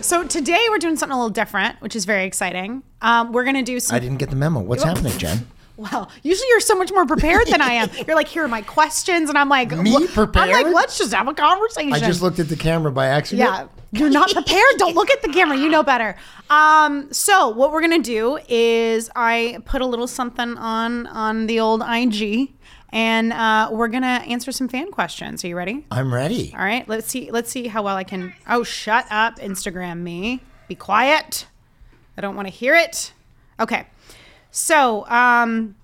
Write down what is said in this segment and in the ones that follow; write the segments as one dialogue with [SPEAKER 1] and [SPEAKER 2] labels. [SPEAKER 1] So today we're doing something a little different, which is very exciting. Um, we're gonna do
[SPEAKER 2] I
[SPEAKER 1] some.
[SPEAKER 2] didn't get the memo. What's happening, Jen?
[SPEAKER 1] Well, usually you're so much more prepared than I am. You're like, here are my questions, and I'm like,
[SPEAKER 2] Me
[SPEAKER 1] "What-"
[SPEAKER 2] prepared?
[SPEAKER 1] I'm like, let's just have a conversation.
[SPEAKER 2] I just looked at the camera by accident.
[SPEAKER 1] Yeah. You're not prepared. Don't look at the camera. You know better. Um, so what we're gonna do is I put a little something on on the old IG, and uh, we're gonna answer some fan questions. Are you ready?
[SPEAKER 2] I'm ready.
[SPEAKER 1] All right. Let's see. Let's see how well I can. Oh, shut up, Instagram me. Be quiet. I don't want to hear it. Okay. So, um,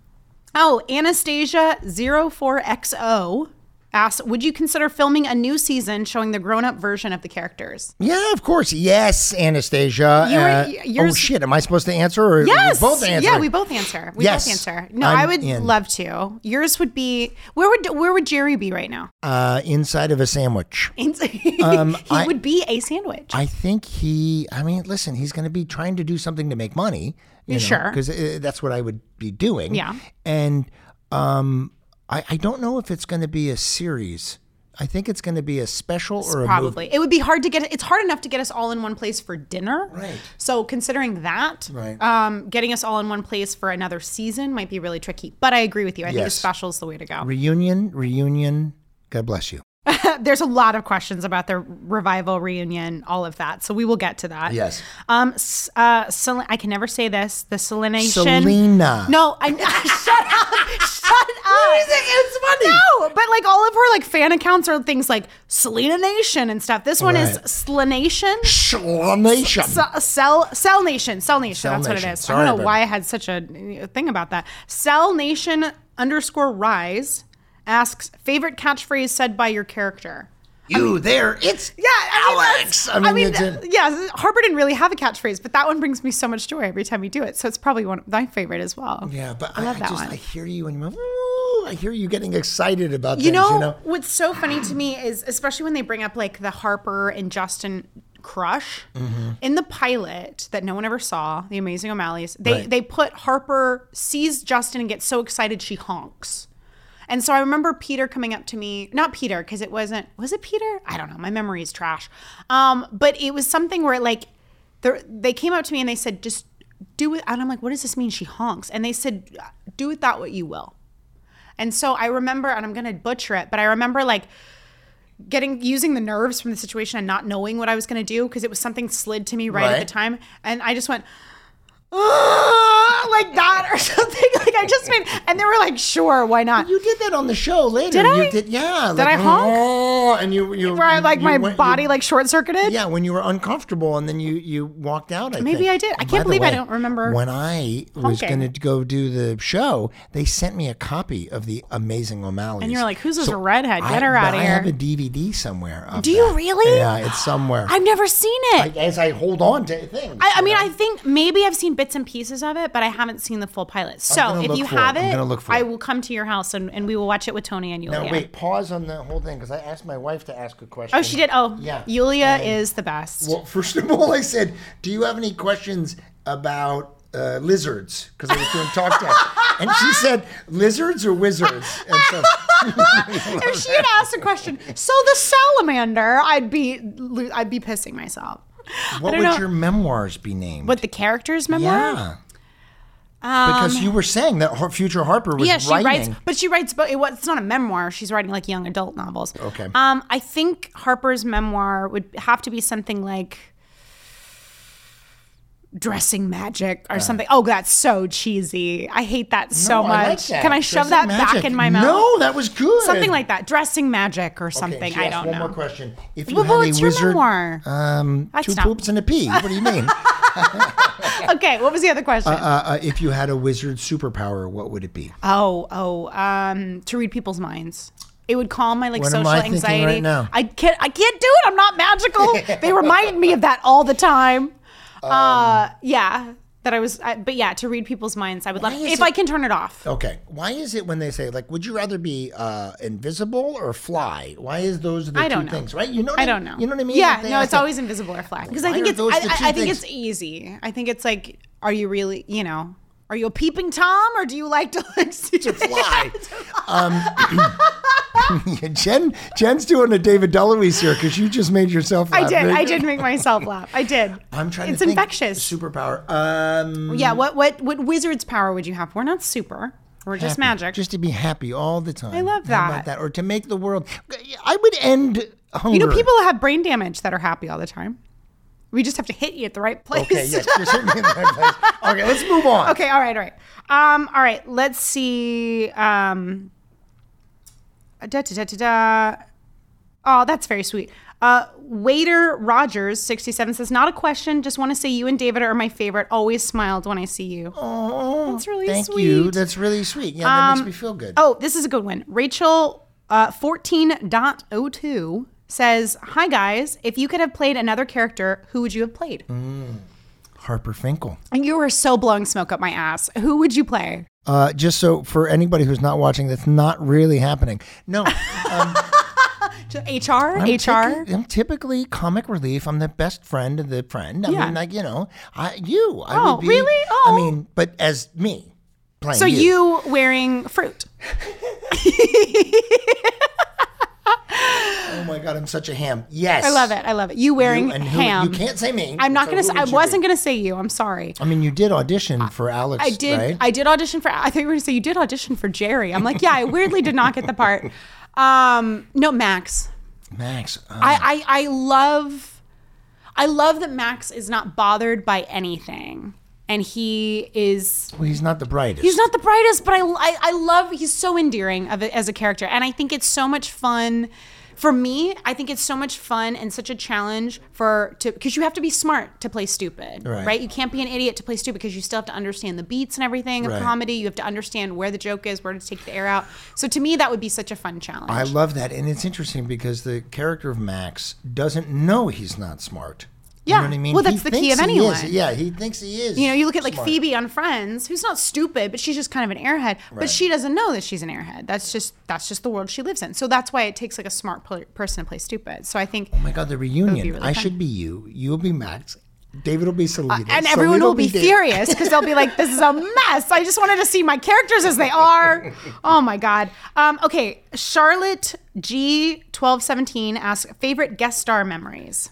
[SPEAKER 1] oh, Anastasia04XO asks Would you consider filming a new season showing the grown up version of the characters?
[SPEAKER 2] Yeah, of course. Yes, Anastasia.
[SPEAKER 1] You were-
[SPEAKER 2] Uh,
[SPEAKER 1] y- yours-
[SPEAKER 2] oh shit! Am I supposed to answer or
[SPEAKER 1] Yes.
[SPEAKER 2] we both answer?
[SPEAKER 1] Yeah, we both answer. We
[SPEAKER 2] Yes.
[SPEAKER 1] both answer. No,
[SPEAKER 2] I'm
[SPEAKER 1] i would
[SPEAKER 2] in.
[SPEAKER 1] love to. Yours would be where would where would Jerry be right now?
[SPEAKER 2] Uh, inside of a sandwich.
[SPEAKER 1] he
[SPEAKER 2] I-
[SPEAKER 1] would be a sandwich.
[SPEAKER 2] I think he. I mean, listen, he's going to be trying to do something to make money. You know,
[SPEAKER 1] Sure.
[SPEAKER 2] Because uh, that's what I would be doing.
[SPEAKER 1] Yeah.
[SPEAKER 2] And um, I, I don't know if it's going to be a series. I think it's going to be a special or a
[SPEAKER 1] probably it would be hard to get it's hard enough to get us all in one place for dinner
[SPEAKER 2] Right.
[SPEAKER 1] so considering that
[SPEAKER 2] Right.
[SPEAKER 1] um, getting us all in one place for another season might be really tricky but i agree with you i think a
[SPEAKER 2] Yes.
[SPEAKER 1] special is the way to go
[SPEAKER 2] movie. reunion. Reunion. God bless you.
[SPEAKER 1] there's a lot of questions about the revival reunion all of that so we will get to that
[SPEAKER 2] Yes.
[SPEAKER 1] um s- uh Sel- i can never say this the selenation
[SPEAKER 2] Selena.
[SPEAKER 1] no i shut up shut up
[SPEAKER 2] It's funny.
[SPEAKER 1] No, but like all of her like fan accounts are things like Selena Nation and stuff. This one is
[SPEAKER 2] Right.
[SPEAKER 1] Slenation.
[SPEAKER 2] Shalonation.
[SPEAKER 1] Cell, Uh, cell, cell Nation, Cell Nation.
[SPEAKER 2] Cell
[SPEAKER 1] that's what
[SPEAKER 2] Nation.
[SPEAKER 1] it is. I
[SPEAKER 2] Sorry,
[SPEAKER 1] don't know
[SPEAKER 2] baby.
[SPEAKER 1] why I had such a uh, thing about that. Cell Nation underscore Rise asks favorite catchphrase said by your character.
[SPEAKER 2] you there? It's
[SPEAKER 1] Yeah, I mean,
[SPEAKER 2] Alex.
[SPEAKER 1] that's-
[SPEAKER 2] I mean, it's
[SPEAKER 1] th-
[SPEAKER 2] in-
[SPEAKER 1] yeah. Harper didn't really have a catchphrase, but that one brings me so much joy every time we do it. So it's probably one of my favorite as well.
[SPEAKER 2] yeah, but
[SPEAKER 1] I
[SPEAKER 2] I,
[SPEAKER 1] love
[SPEAKER 2] I
[SPEAKER 1] that
[SPEAKER 2] just
[SPEAKER 1] one.
[SPEAKER 2] I hear you and you're, "Ooh," I hear you getting excited about
[SPEAKER 1] You
[SPEAKER 2] things.
[SPEAKER 1] know,
[SPEAKER 2] you know,
[SPEAKER 1] what's so funny to me is, especially when they bring up like the Harper and Justin crush
[SPEAKER 2] Mm-hmm.
[SPEAKER 1] in the pilot that no one ever saw, The Amazing O'Malley's. They
[SPEAKER 2] Right.
[SPEAKER 1] they put Harper sees Justin and gets so excited she honks. And so I remember Peter coming up to me, not Peter, because it wasn't, was it Peter? I don't know. My memory is trash. Um, but it was something where like they're- they came up to me and they said, just do it. And I'm like, what does this mean? She honks. And they said, do it that what you will. And so I remember, and I'm gonna butcher it, but I remember like getting using the nerves from the situation and not knowing what I was gonna do because it was something slid to me right, at
[SPEAKER 2] Right.
[SPEAKER 1] the time, and I just went. "Ugh," like that or something like I just went, and they were like, "Sure, why not?"
[SPEAKER 2] you did that on the show later.
[SPEAKER 1] Did
[SPEAKER 2] you
[SPEAKER 1] I?
[SPEAKER 2] Did yeah?
[SPEAKER 1] Did I honk?
[SPEAKER 2] Oh, and you you
[SPEAKER 1] Where I like
[SPEAKER 2] you
[SPEAKER 1] my
[SPEAKER 2] went- you-
[SPEAKER 1] body like short circuited.
[SPEAKER 2] yeah, when you were uncomfortable and then you you walked out. I
[SPEAKER 1] Maybe
[SPEAKER 2] think.
[SPEAKER 1] I did. I can't
[SPEAKER 2] And by the
[SPEAKER 1] believe I don't remember
[SPEAKER 2] When I was
[SPEAKER 1] honking.
[SPEAKER 2] going to go do the show, they sent me a copy of the Amazing O'Malley.
[SPEAKER 1] And you're like, "Who's this redhead? Get her
[SPEAKER 2] I,
[SPEAKER 1] out
[SPEAKER 2] but
[SPEAKER 1] of
[SPEAKER 2] I have a
[SPEAKER 1] here!"
[SPEAKER 2] DVD somewhere. of
[SPEAKER 1] Do you
[SPEAKER 2] that.
[SPEAKER 1] really?
[SPEAKER 2] Yeah, it's somewhere.
[SPEAKER 1] I've never seen
[SPEAKER 2] I,
[SPEAKER 1] it. I,
[SPEAKER 2] as I hold on to things.
[SPEAKER 1] I
[SPEAKER 2] you
[SPEAKER 1] mean,
[SPEAKER 2] know?
[SPEAKER 1] I think maybe I've seen bits and pieces of it, but I haven't seen the full pilot. So
[SPEAKER 2] gonna
[SPEAKER 1] if
[SPEAKER 2] look
[SPEAKER 1] you
[SPEAKER 2] for it.
[SPEAKER 1] have
[SPEAKER 2] I'm
[SPEAKER 1] it,
[SPEAKER 2] gonna look for
[SPEAKER 1] I
[SPEAKER 2] it.
[SPEAKER 1] will come to your house and, and we will watch it with Tony and Yulia.
[SPEAKER 2] Now wait, pause on the whole thing because I asked my wife to ask a question.
[SPEAKER 1] Oh, she did. Oh,
[SPEAKER 2] Yeah.
[SPEAKER 1] Yulia
[SPEAKER 2] And-
[SPEAKER 1] is the best.
[SPEAKER 2] Well, first of all, I said, "Do you have any questions about uh, lizards?" Because I was doing talk test, and she said, "Lizards or wizards?" And so,
[SPEAKER 1] if she had asked a question, so the salamander, I'd be, lo- I'd be pissing myself.
[SPEAKER 2] what
[SPEAKER 1] don't
[SPEAKER 2] would
[SPEAKER 1] know.
[SPEAKER 2] your memoirs be named?
[SPEAKER 1] What the character's memoir?
[SPEAKER 2] yeah, because you were saying that Har- future Harper was
[SPEAKER 1] Um, yeah, she
[SPEAKER 2] writing.
[SPEAKER 1] writes, but she writes, but it, was- it's not a memoir. She's writing like young adult novels.
[SPEAKER 2] Okay.
[SPEAKER 1] Um, I think Harper's memoir would have to be something like dressing magic or something. Oh, that's so cheesy. I hate that so
[SPEAKER 2] Uh. No,
[SPEAKER 1] much.
[SPEAKER 2] Oh, I like that.
[SPEAKER 1] Can I shove that
[SPEAKER 2] Dressing
[SPEAKER 1] back
[SPEAKER 2] Magic.
[SPEAKER 1] in my mouth?
[SPEAKER 2] No, that was good.
[SPEAKER 1] Something like that. Dressing magic or
[SPEAKER 2] Okay,
[SPEAKER 1] something.
[SPEAKER 2] she
[SPEAKER 1] I
[SPEAKER 2] asked
[SPEAKER 1] don't
[SPEAKER 2] one
[SPEAKER 1] know.
[SPEAKER 2] more question. If you
[SPEAKER 1] Well,
[SPEAKER 2] had
[SPEAKER 1] well,
[SPEAKER 2] a
[SPEAKER 1] it's your
[SPEAKER 2] wizard,
[SPEAKER 1] memoir.
[SPEAKER 2] um,
[SPEAKER 1] That's
[SPEAKER 2] two
[SPEAKER 1] not-
[SPEAKER 2] poops and a pee. What do you mean?
[SPEAKER 1] okay, what was the other question?
[SPEAKER 2] uh, if you had a wizard superpower, what would it be?
[SPEAKER 1] Oh, oh, um, to read people's minds. It would calm my like
[SPEAKER 2] What am
[SPEAKER 1] social
[SPEAKER 2] I thinking
[SPEAKER 1] anxiety.
[SPEAKER 2] right now?
[SPEAKER 1] I can't I can't do it. I'm not magical. they remind me of that all the time.
[SPEAKER 2] Um.
[SPEAKER 1] uh yeah. That I was I, but yeah, to read people's minds, I would love
[SPEAKER 2] is
[SPEAKER 1] if
[SPEAKER 2] it-
[SPEAKER 1] I can turn it off.
[SPEAKER 2] Okay. Why is it when they say like, would you rather be uh, invisible or fly? Why is those the
[SPEAKER 1] I
[SPEAKER 2] two
[SPEAKER 1] don't know.
[SPEAKER 2] things, right? You know. What
[SPEAKER 1] I don't know.
[SPEAKER 2] You know what I mean?
[SPEAKER 1] Yeah,
[SPEAKER 2] If they
[SPEAKER 1] no,
[SPEAKER 2] ask
[SPEAKER 1] it's
[SPEAKER 2] that-
[SPEAKER 1] always invisible or flat. Because I
[SPEAKER 2] Why
[SPEAKER 1] think
[SPEAKER 2] are
[SPEAKER 1] it's
[SPEAKER 2] those
[SPEAKER 1] I,
[SPEAKER 2] the two
[SPEAKER 1] I, I think
[SPEAKER 2] things?
[SPEAKER 1] it's easy. I think it's like, are you really you know, are you a peeping tom or do you like to like see to
[SPEAKER 2] fly. um, Jen, Jen's doing a David Deluise here because you just made yourself.
[SPEAKER 1] I
[SPEAKER 2] laugh,
[SPEAKER 1] did.
[SPEAKER 2] right?
[SPEAKER 1] I did make myself laugh. I did.
[SPEAKER 2] I'm trying
[SPEAKER 1] It's
[SPEAKER 2] to think
[SPEAKER 1] infectious.
[SPEAKER 2] superpower. Um,
[SPEAKER 1] Yeah, what what what wizard's power would you have? We're not super. We're just
[SPEAKER 2] happy.
[SPEAKER 1] magic.
[SPEAKER 2] Just to be happy all the time. I
[SPEAKER 1] love that.
[SPEAKER 2] about that? Or to make the world. I would end hunger.
[SPEAKER 1] you know, people have brain damage that are happy all the time. We just have to hit you at the right place.
[SPEAKER 2] Okay, yes, just hit me in the right place. Okay, let's move on.
[SPEAKER 1] Okay, all right, all right. Um, all right, let's see. Um da, da, da, da, da. Oh, that's very sweet. Uh, Waiter Rogers, 67, says, Not a question. Just want to say you and David are my favorite. Always smiled when I see you.
[SPEAKER 2] Oh, that's
[SPEAKER 1] really
[SPEAKER 2] thank
[SPEAKER 1] sweet.
[SPEAKER 2] you. That's really sweet. Yeah, that makes me feel good.
[SPEAKER 1] Oh, this is a good one. Rachel uh, 14.02 says, Hi guys, if you could have played another character, who would you have played?
[SPEAKER 2] Mm. Harper Finkel.
[SPEAKER 1] And you were so blowing smoke up my ass. Who would you play?
[SPEAKER 2] Uh, just so for anybody who's not watching, that's not really happening. No,
[SPEAKER 1] To HR? HR?
[SPEAKER 2] typi- I'm typically comic relief. I'm the best friend of the friend. I
[SPEAKER 1] Yeah.
[SPEAKER 2] mean, like you know, I you. I
[SPEAKER 1] Oh,
[SPEAKER 2] would be,
[SPEAKER 1] really?
[SPEAKER 2] I
[SPEAKER 1] Oh.
[SPEAKER 2] mean, but as me playing.
[SPEAKER 1] So you wearing fruit.
[SPEAKER 2] Oh my god, I'm such a ham. Yes,
[SPEAKER 1] I love it. I love it. You
[SPEAKER 2] You-
[SPEAKER 1] wearing
[SPEAKER 2] and who-
[SPEAKER 1] ham.
[SPEAKER 2] You can't say me.
[SPEAKER 1] I'm not
[SPEAKER 2] So
[SPEAKER 1] going
[SPEAKER 2] who
[SPEAKER 1] to, I
[SPEAKER 2] would you
[SPEAKER 1] wasn't
[SPEAKER 2] be?
[SPEAKER 1] going to say you. I'm sorry.
[SPEAKER 2] I mean, you did audition for Alex.
[SPEAKER 1] I did.
[SPEAKER 2] Right?
[SPEAKER 1] I did audition for. I think you were going to say you did audition for Jerry. I'm like, yeah. I weirdly did not get the part. Um, no, Max.
[SPEAKER 2] Max. uh,
[SPEAKER 1] I, I I love I love that Max is not bothered by anything. And he is
[SPEAKER 2] well, he's not the brightest.
[SPEAKER 1] he's not the brightest, but I I, I love he's so endearing of it as a character. And I think it's so much fun for me, I think it's so much fun and such a challenge for to because you have to be smart to play stupid,
[SPEAKER 2] Right.
[SPEAKER 1] right? You can't be an idiot to play stupid because you still have to understand the beats and everything of
[SPEAKER 2] Right.
[SPEAKER 1] comedy. You have to understand where the joke is, where to take the air out. So to me, that would be such a fun challenge.
[SPEAKER 2] I love that, and it's interesting because the character of Max doesn't know he's not smart.
[SPEAKER 1] Yeah.
[SPEAKER 2] you know what I mean.
[SPEAKER 1] Well, that's
[SPEAKER 2] He
[SPEAKER 1] the key
[SPEAKER 2] thinks
[SPEAKER 1] of
[SPEAKER 2] he is.
[SPEAKER 1] anyone.
[SPEAKER 2] Yeah, he thinks he is.
[SPEAKER 1] You know, you look at like
[SPEAKER 2] smart.
[SPEAKER 1] Phoebe on Friends, who's not stupid, but she's just kind of an airhead. But she doesn't know that she's an airhead. That's just that's just the world she lives in. So that's why it takes like a smart pl- person to play stupid. So I think,
[SPEAKER 2] Oh my God, the reunion!
[SPEAKER 1] really fun. Uh,
[SPEAKER 2] I should be you. You'll be Max. David will be Selena.
[SPEAKER 1] and
[SPEAKER 2] Selena
[SPEAKER 1] everyone will be
[SPEAKER 2] David.
[SPEAKER 1] furious because they'll be like, "This is a mess." I just wanted to see my characters as they are. Oh my god. Um, okay, Charlotte G twelve seventeen asks favorite guest star memories.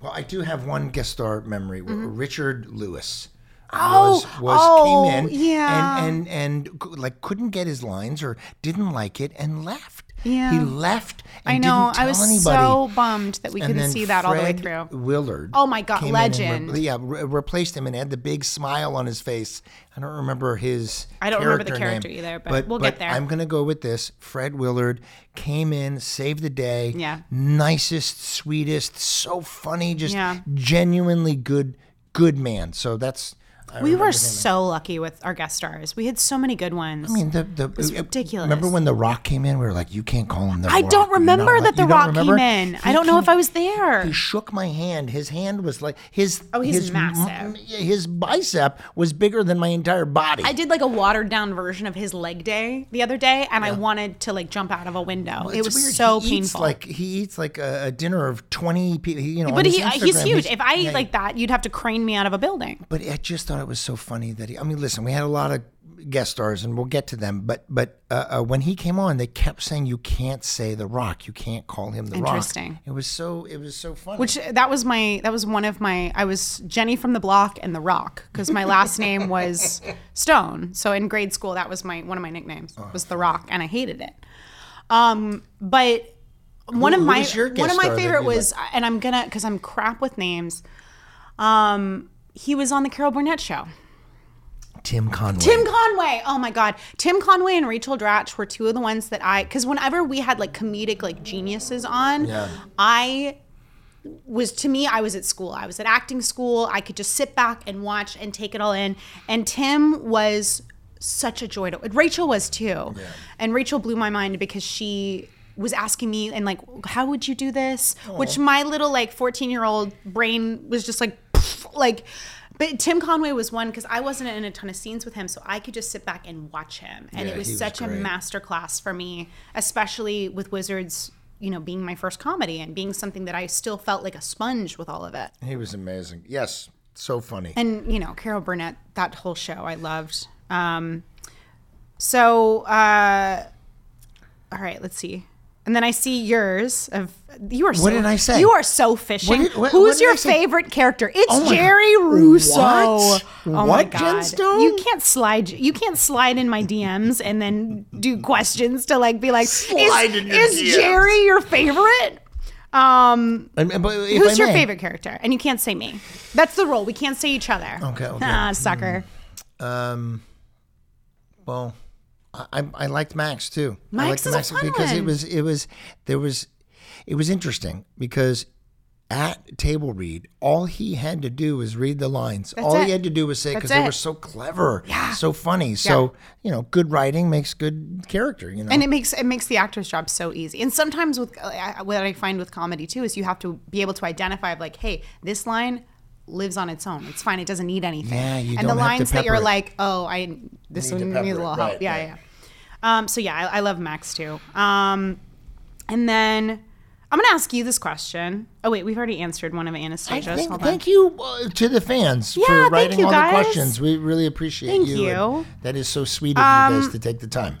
[SPEAKER 2] Well, I do have one guest star memory. where Richard Lewis.
[SPEAKER 1] Mm-hmm. Oh,
[SPEAKER 2] was, was
[SPEAKER 1] oh,
[SPEAKER 2] came in
[SPEAKER 1] yeah.
[SPEAKER 2] and and and c- like couldn't get his lines or didn't like it and left.
[SPEAKER 1] Yeah.
[SPEAKER 2] he left. And
[SPEAKER 1] I know.
[SPEAKER 2] Didn't tell
[SPEAKER 1] I was
[SPEAKER 2] anybody.
[SPEAKER 1] so bummed that we
[SPEAKER 2] And
[SPEAKER 1] couldn't
[SPEAKER 2] then
[SPEAKER 1] see that all the way
[SPEAKER 2] Fred
[SPEAKER 1] through.
[SPEAKER 2] Willard.
[SPEAKER 1] Oh my God,
[SPEAKER 2] came in and re-
[SPEAKER 1] legend.
[SPEAKER 2] yeah, re- replaced him and had the big smile on his face. I don't remember his.
[SPEAKER 1] I don't remember the
[SPEAKER 2] name,
[SPEAKER 1] character either, but we'll get there.
[SPEAKER 2] I'm gonna go with this. Fred Willard came in, saved the day.
[SPEAKER 1] Yeah.
[SPEAKER 2] nicest, sweetest, so funny, just
[SPEAKER 1] Yeah.
[SPEAKER 2] genuinely good, good man. So that's. I
[SPEAKER 1] We were
[SPEAKER 2] remember-
[SPEAKER 1] so lucky with our guest stars. We had so many good ones.
[SPEAKER 2] I mean, the, the, it's
[SPEAKER 1] ridiculous.
[SPEAKER 2] Remember when The Rock came in? We were like, you can't call him The
[SPEAKER 1] I
[SPEAKER 2] Rock.
[SPEAKER 1] don't
[SPEAKER 2] You're not
[SPEAKER 1] remember
[SPEAKER 2] allowed-
[SPEAKER 1] that The
[SPEAKER 2] you don't
[SPEAKER 1] Rock
[SPEAKER 2] remember?
[SPEAKER 1] came in.
[SPEAKER 2] He
[SPEAKER 1] I don't know
[SPEAKER 2] came-
[SPEAKER 1] if I was there.
[SPEAKER 2] He shook my hand. His hand was like his.
[SPEAKER 1] Oh, he's
[SPEAKER 2] his, m-
[SPEAKER 1] massive.
[SPEAKER 2] His bicep was bigger than my entire body.
[SPEAKER 1] I did like a watered down version of his leg day the other day, and I wanted to like jump out of a window. it
[SPEAKER 2] It's
[SPEAKER 1] was
[SPEAKER 2] weird.
[SPEAKER 1] so
[SPEAKER 2] he
[SPEAKER 1] painful.
[SPEAKER 2] Eats like he eats like a, a dinner of twenty people. He, you know, on
[SPEAKER 1] but
[SPEAKER 2] his
[SPEAKER 1] he, uh, he's
[SPEAKER 2] Instagram,
[SPEAKER 1] huge. If I
[SPEAKER 2] yeah,
[SPEAKER 1] ate like that, you'd have to crane me out of a building.
[SPEAKER 2] but I just thought thought it was so funny that he. I mean, listen, we had a lot of guest stars, and we'll get to them. But but uh, uh, when he came on, they kept saying you can't say the Rock, you can't call him the
[SPEAKER 1] Interesting.
[SPEAKER 2] Rock. It was so it was so funny.
[SPEAKER 1] Which uh, that was my that was one of my I was Jenny from the block and the rock because my last name was Stone. So in grade school that was my one of my nicknames
[SPEAKER 2] Oh.
[SPEAKER 1] was the rock and I hated it. Um but one of
[SPEAKER 2] who
[SPEAKER 1] my
[SPEAKER 2] was your
[SPEAKER 1] one of
[SPEAKER 2] guest
[SPEAKER 1] my
[SPEAKER 2] star that
[SPEAKER 1] favorite
[SPEAKER 2] you
[SPEAKER 1] was and I'm gonna because I'm crap with names. Um he was on the Carol Burnett show.
[SPEAKER 2] Tim Conway.
[SPEAKER 1] Tim Conway. Oh my God. Tim Conway and Rachel Dratch were two of the ones that I, because whenever we had like comedic like geniuses on,
[SPEAKER 2] Yeah.
[SPEAKER 1] I was, to me, I was at school. I was at acting school. I could just sit back and watch and take it all in. And Tim was such a joy to, Rachel was too. And Rachel blew my mind because she, was asking me and like how would you do this which my little like 14 year old brain was just like pff, like but Tim Conway was one because I wasn't in a ton of scenes with him, so I could just sit back and watch him, and
[SPEAKER 2] Yeah,
[SPEAKER 1] it
[SPEAKER 2] he
[SPEAKER 1] was
[SPEAKER 2] was
[SPEAKER 1] such a
[SPEAKER 2] great.
[SPEAKER 1] masterclass for me, especially with Wizards, you know, being my first comedy and being something that I still felt like a sponge with all of it.
[SPEAKER 2] He was amazing. Yes, so funny.
[SPEAKER 1] And you know, Carol Burnett, that whole show, I loved. Um, so, uh, all right, let's see. And then I see yours of you are. So,
[SPEAKER 2] What did I say?
[SPEAKER 1] You are so fishing.
[SPEAKER 2] What did- what-
[SPEAKER 1] Who's
[SPEAKER 2] what did
[SPEAKER 1] your
[SPEAKER 2] I say?
[SPEAKER 1] favorite character? It's
[SPEAKER 2] Oh my-
[SPEAKER 1] Jerry Russo.
[SPEAKER 2] What?
[SPEAKER 1] Oh my
[SPEAKER 2] What, Jen
[SPEAKER 1] God.
[SPEAKER 2] Stone?
[SPEAKER 1] You can't slide. You can't slide in my DMs and then do questions to like be like,
[SPEAKER 2] Slide
[SPEAKER 1] is,
[SPEAKER 2] in your
[SPEAKER 1] is
[SPEAKER 2] DMs.
[SPEAKER 1] Jerry your favorite? Um,
[SPEAKER 2] And- and- but if I
[SPEAKER 1] Who's your
[SPEAKER 2] may-
[SPEAKER 1] favorite character? And you can't say me. That's the rule. We can't say each other.
[SPEAKER 2] Okay, okay. Mm,
[SPEAKER 1] Ah, sucker.
[SPEAKER 2] Um, well, I, I- I liked Max too. I liked
[SPEAKER 1] Max is a fun
[SPEAKER 2] because it
[SPEAKER 1] one.
[SPEAKER 2] was it was there was it was interesting because at table read, all he had to do was read the lines. all
[SPEAKER 1] it.
[SPEAKER 2] he had to do was say because
[SPEAKER 1] That's
[SPEAKER 2] they
[SPEAKER 1] it.
[SPEAKER 2] were so clever, so funny. So you know, good writing makes good character. You know,
[SPEAKER 1] And it makes it makes the actor's job so easy. And sometimes with uh, what I find with comedy too is you have to be able to identify like, hey, this line lives on its own. It's fine. It doesn't need anything.
[SPEAKER 2] Yeah, you
[SPEAKER 1] and the
[SPEAKER 2] don't have to
[SPEAKER 1] lines that you're
[SPEAKER 2] pepper it.
[SPEAKER 1] like, oh, I this
[SPEAKER 2] Need to
[SPEAKER 1] one
[SPEAKER 2] pepper
[SPEAKER 1] needs a
[SPEAKER 2] it.
[SPEAKER 1] little
[SPEAKER 2] Right,
[SPEAKER 1] help. Yeah,
[SPEAKER 2] right.
[SPEAKER 1] yeah. Um, so yeah, I, I love Max too. Um, and then I'm gonna ask you this question. Oh wait, we've already answered one of
[SPEAKER 2] I
[SPEAKER 1] Anastasia's.
[SPEAKER 2] think-
[SPEAKER 1] Hold on.
[SPEAKER 2] thank you uh, to the fans
[SPEAKER 1] Yeah,
[SPEAKER 2] for
[SPEAKER 1] thank
[SPEAKER 2] writing
[SPEAKER 1] you,
[SPEAKER 2] all
[SPEAKER 1] guys.
[SPEAKER 2] the questions. We really appreciate
[SPEAKER 1] Thank
[SPEAKER 2] you. and
[SPEAKER 1] you. Um,
[SPEAKER 2] That is so sweet of you guys to take the time.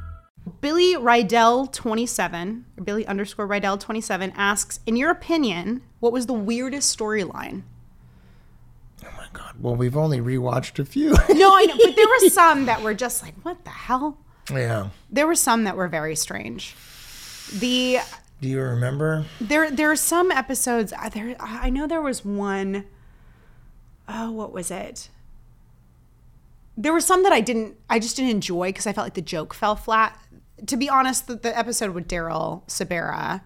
[SPEAKER 1] Billy Rydell 27, or Billy underscore Rydell 27 asks, in your opinion, what was the weirdest storyline?
[SPEAKER 2] Oh my God. Well, we've only rewatched a few.
[SPEAKER 1] No, I know, but there were some that were just like, what the hell?
[SPEAKER 2] yeah.
[SPEAKER 1] There were some that were very strange. The
[SPEAKER 2] Do you remember?
[SPEAKER 1] there there are some episodes uh, there I know there was one oh what was it? There were some that I didn't I just didn't enjoy because I felt like the joke fell flat. To be honest, the, the episode with Daryl Sabera,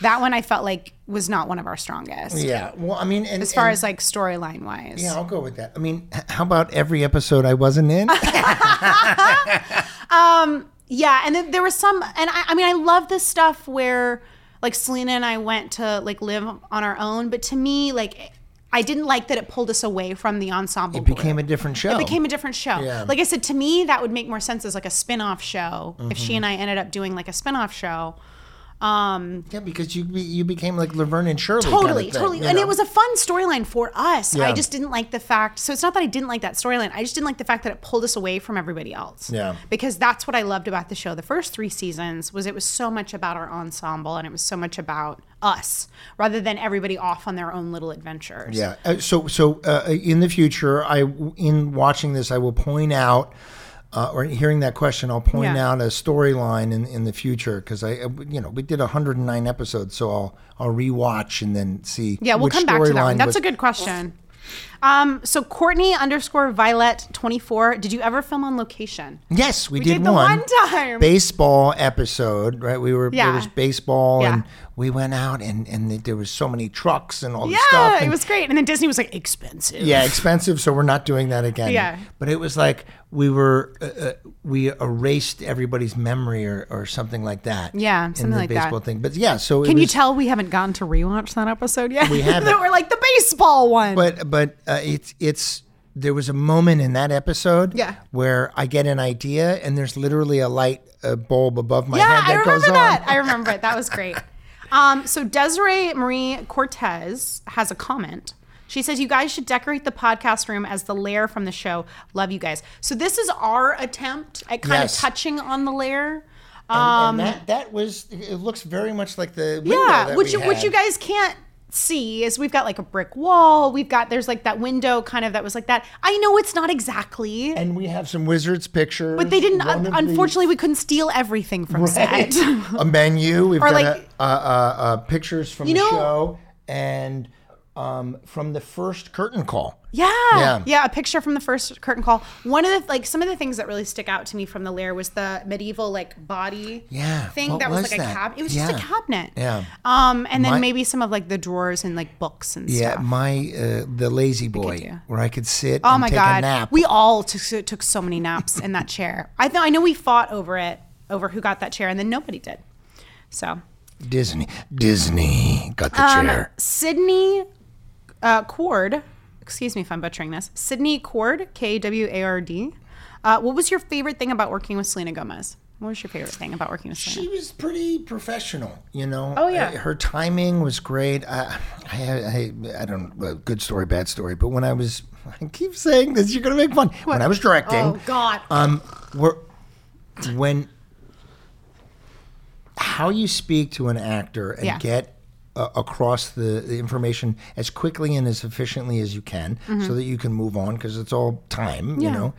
[SPEAKER 1] that one I felt like was not one of our strongest.
[SPEAKER 2] Yeah. Well, I mean, and,
[SPEAKER 1] As far
[SPEAKER 2] and-
[SPEAKER 1] as like storyline wise.
[SPEAKER 2] yeah, I'll go with that. I mean, h- how about every episode I wasn't in?
[SPEAKER 1] Yeah, and then there was some, and I, I mean, I love this stuff where like Selena and I went to like live on our own, but to me, like, I didn't like that it pulled us away from the ensemble.
[SPEAKER 2] it became a different show.
[SPEAKER 1] It became a different show.
[SPEAKER 2] Yeah.
[SPEAKER 1] Like I said, to me, that would make more sense as like a spin off show if
[SPEAKER 2] Mm-hmm.
[SPEAKER 1] she and I ended up doing like a spin off show. Um,
[SPEAKER 2] yeah, because you be, you became like Laverne and Shirley. kind of
[SPEAKER 1] totally,
[SPEAKER 2] thing,
[SPEAKER 1] totally.
[SPEAKER 2] you
[SPEAKER 1] And
[SPEAKER 2] know?
[SPEAKER 1] it was a fun storyline for us. I
[SPEAKER 2] Yeah.
[SPEAKER 1] just didn't like the fact, so it's not that I didn't like that storyline, I just didn't like the fact that it pulled us away from everybody else
[SPEAKER 2] Yeah.
[SPEAKER 1] because that's what I loved about the show. The first three seasons was it was so much about our ensemble and it was so much about us rather than everybody off on their own little adventures.
[SPEAKER 2] Yeah. Uh, so so uh, in the future, I in watching this, I will point out. Uh, or hearing that question, I'll point
[SPEAKER 1] Yeah.
[SPEAKER 2] out a storyline in, in the future because I, uh, you know, we did 109 episodes, so I'll I'll rewatch and then see.
[SPEAKER 1] Yeah, we'll
[SPEAKER 2] which
[SPEAKER 1] come back to that.
[SPEAKER 2] storyline
[SPEAKER 1] One. That's
[SPEAKER 2] was-
[SPEAKER 1] a good question. Um, so Courtney underscore Violet twenty four. Did you ever film on location?
[SPEAKER 2] Yes, we,
[SPEAKER 1] did the one time.
[SPEAKER 2] baseball episode, right? We were there
[SPEAKER 1] Yeah.
[SPEAKER 2] was baseball,
[SPEAKER 1] Yeah.
[SPEAKER 2] and we went out, and and there was so many trucks and all
[SPEAKER 1] Yeah,
[SPEAKER 2] this stuff.
[SPEAKER 1] it
[SPEAKER 2] and-
[SPEAKER 1] was great. And then Disney was like expensive.
[SPEAKER 2] yeah, expensive, so we're not doing that again.
[SPEAKER 1] Yeah.
[SPEAKER 2] But it was like we were uh, uh, we erased everybody's memory or, or something like that.
[SPEAKER 1] Yeah,
[SPEAKER 2] in
[SPEAKER 1] something
[SPEAKER 2] the
[SPEAKER 1] like that.
[SPEAKER 2] baseball thing. But yeah, so
[SPEAKER 1] Can
[SPEAKER 2] it
[SPEAKER 1] you
[SPEAKER 2] was,
[SPEAKER 1] tell we haven't gotten to rewatch that episode yet? We
[SPEAKER 2] haven't.
[SPEAKER 1] that we're like the baseball one.
[SPEAKER 2] But but uh, it's it's there was a moment in that episode
[SPEAKER 1] Yeah.
[SPEAKER 2] where I get an idea and there's literally a light uh bulb above my
[SPEAKER 1] yeah,
[SPEAKER 2] head
[SPEAKER 1] I
[SPEAKER 2] that
[SPEAKER 1] remember
[SPEAKER 2] goes on.
[SPEAKER 1] that. I remember it. That was great. Um, so Desiree Marie Cortez has a comment. She says, "You guys should decorate the podcast room as the lair from the show. Love you guys." So this is our attempt at kind
[SPEAKER 2] Yes.
[SPEAKER 1] of touching on the lair.
[SPEAKER 2] And- and that that was it looks very much like the window
[SPEAKER 1] Um, yeah
[SPEAKER 2] that
[SPEAKER 1] which
[SPEAKER 2] we
[SPEAKER 1] which
[SPEAKER 2] had.
[SPEAKER 1] you guys can't see is we've got like a brick wall we've got there's like that window kind of that was like that i know it's not exactly
[SPEAKER 2] and we have some wizards pictures.
[SPEAKER 1] but they didn't
[SPEAKER 2] one of the-
[SPEAKER 1] unfortunately we couldn't steal everything from set
[SPEAKER 2] a menu. We've got
[SPEAKER 1] like-
[SPEAKER 2] a, uh, uh, uh, pictures from
[SPEAKER 1] You
[SPEAKER 2] the
[SPEAKER 1] know-
[SPEAKER 2] show and um, from the first curtain call.
[SPEAKER 1] yeah.
[SPEAKER 2] Yeah.
[SPEAKER 1] yeah a picture from the first curtain call one of the like some of the things that really stick out to me from the lair was the medieval like body
[SPEAKER 2] Yeah,
[SPEAKER 1] thing
[SPEAKER 2] what
[SPEAKER 1] that was,
[SPEAKER 2] was
[SPEAKER 1] like
[SPEAKER 2] that?
[SPEAKER 1] a cab it was
[SPEAKER 2] Yeah.
[SPEAKER 1] just a cabinet
[SPEAKER 2] Yeah.
[SPEAKER 1] um and then
[SPEAKER 2] My-
[SPEAKER 1] maybe some of like the drawers and like books and
[SPEAKER 2] Yeah,
[SPEAKER 1] stuff
[SPEAKER 2] my uh, the lazy boy
[SPEAKER 1] do.
[SPEAKER 2] where I could sit.
[SPEAKER 1] Oh
[SPEAKER 2] and
[SPEAKER 1] my
[SPEAKER 2] take
[SPEAKER 1] god,
[SPEAKER 2] a nap.
[SPEAKER 1] we all took, took so many naps in that chair. I th- I know we fought over it, over who got that chair, and then nobody did. So
[SPEAKER 2] Disney Disney got the
[SPEAKER 1] Um,
[SPEAKER 2] chair.
[SPEAKER 1] Sydney uh, Cord, excuse me if I'm butchering this. Sydney Cord, K W A R D. Uh, what was your favorite thing about working with Selena Gomez? What was your favorite thing about working with Selena?
[SPEAKER 2] She was pretty professional, you know.
[SPEAKER 1] Oh, yeah.
[SPEAKER 2] Uh, her timing was great. I, I, I, I don't. Well, good story, bad story. But when I was, I keep saying this. You're gonna make fun. When I was directing,
[SPEAKER 1] oh God,
[SPEAKER 2] Um, we're, when how you speak to an actor and
[SPEAKER 1] Yeah.
[SPEAKER 2] get uh, across the, the information as quickly and as efficiently as you can,
[SPEAKER 1] Mm-hmm.
[SPEAKER 2] so that you can move on because it's all time, you know.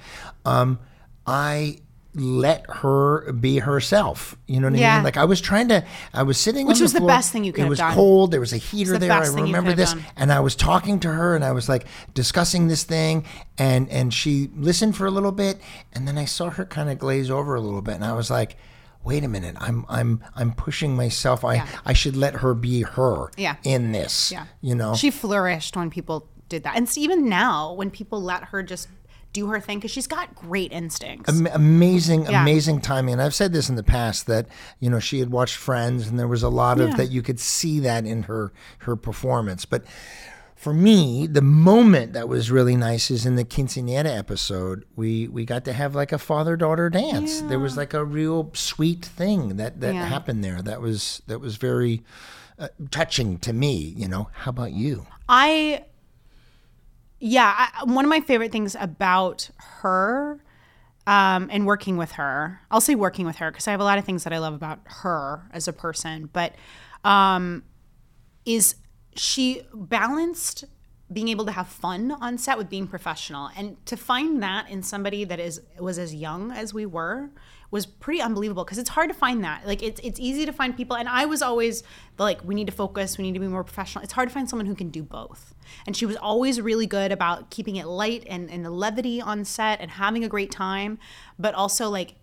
[SPEAKER 2] Um, I let her be herself. You know what I
[SPEAKER 1] Yeah.
[SPEAKER 2] mean? Like I was trying to. I was sitting,
[SPEAKER 1] Which
[SPEAKER 2] on
[SPEAKER 1] was the
[SPEAKER 2] floor.
[SPEAKER 1] best thing you could
[SPEAKER 2] It
[SPEAKER 1] have
[SPEAKER 2] was
[SPEAKER 1] done.
[SPEAKER 2] cold. There was a heater
[SPEAKER 1] the
[SPEAKER 2] there.
[SPEAKER 1] best
[SPEAKER 2] I
[SPEAKER 1] thing you
[SPEAKER 2] remember
[SPEAKER 1] could have
[SPEAKER 2] this
[SPEAKER 1] done.
[SPEAKER 2] and I was talking to her and I was like discussing this thing and and she listened for a little bit and then I saw her kind of glaze over a little bit and I was like wait a minute I'm I'm I'm pushing myself I I should let her be her
[SPEAKER 1] Yeah.
[SPEAKER 2] in this
[SPEAKER 1] Yeah.
[SPEAKER 2] you know
[SPEAKER 1] She flourished when people did that, and see, even now when people let her just do her thing because she's got great instincts.
[SPEAKER 2] Am- amazing
[SPEAKER 1] Yeah.
[SPEAKER 2] amazing timing and I've said this in the past that you know she had watched friends and there was a lot of that you could see that in her her performance but for me, the moment that was really nice is in the quinceanera episode. We we got to have like a father daughter dance. There was like a real sweet thing that that
[SPEAKER 1] Yeah.
[SPEAKER 2] happened there. That was that was very uh, touching to me. You know, how about you?
[SPEAKER 1] I, yeah, I, one of my favorite things about her um, and working with her, I'll say working with her because I have a lot of things that I love about her as a person, but um, is she balanced being able to have fun on set with being professional and to find that in somebody that is was as young as we were was pretty unbelievable because it's hard to find that like it's it's easy to find people and i was always the, like we need to focus we need to be more professional it's hard to find someone who can do both and she was always really good about keeping it light and and the levity on set and having a great time but also like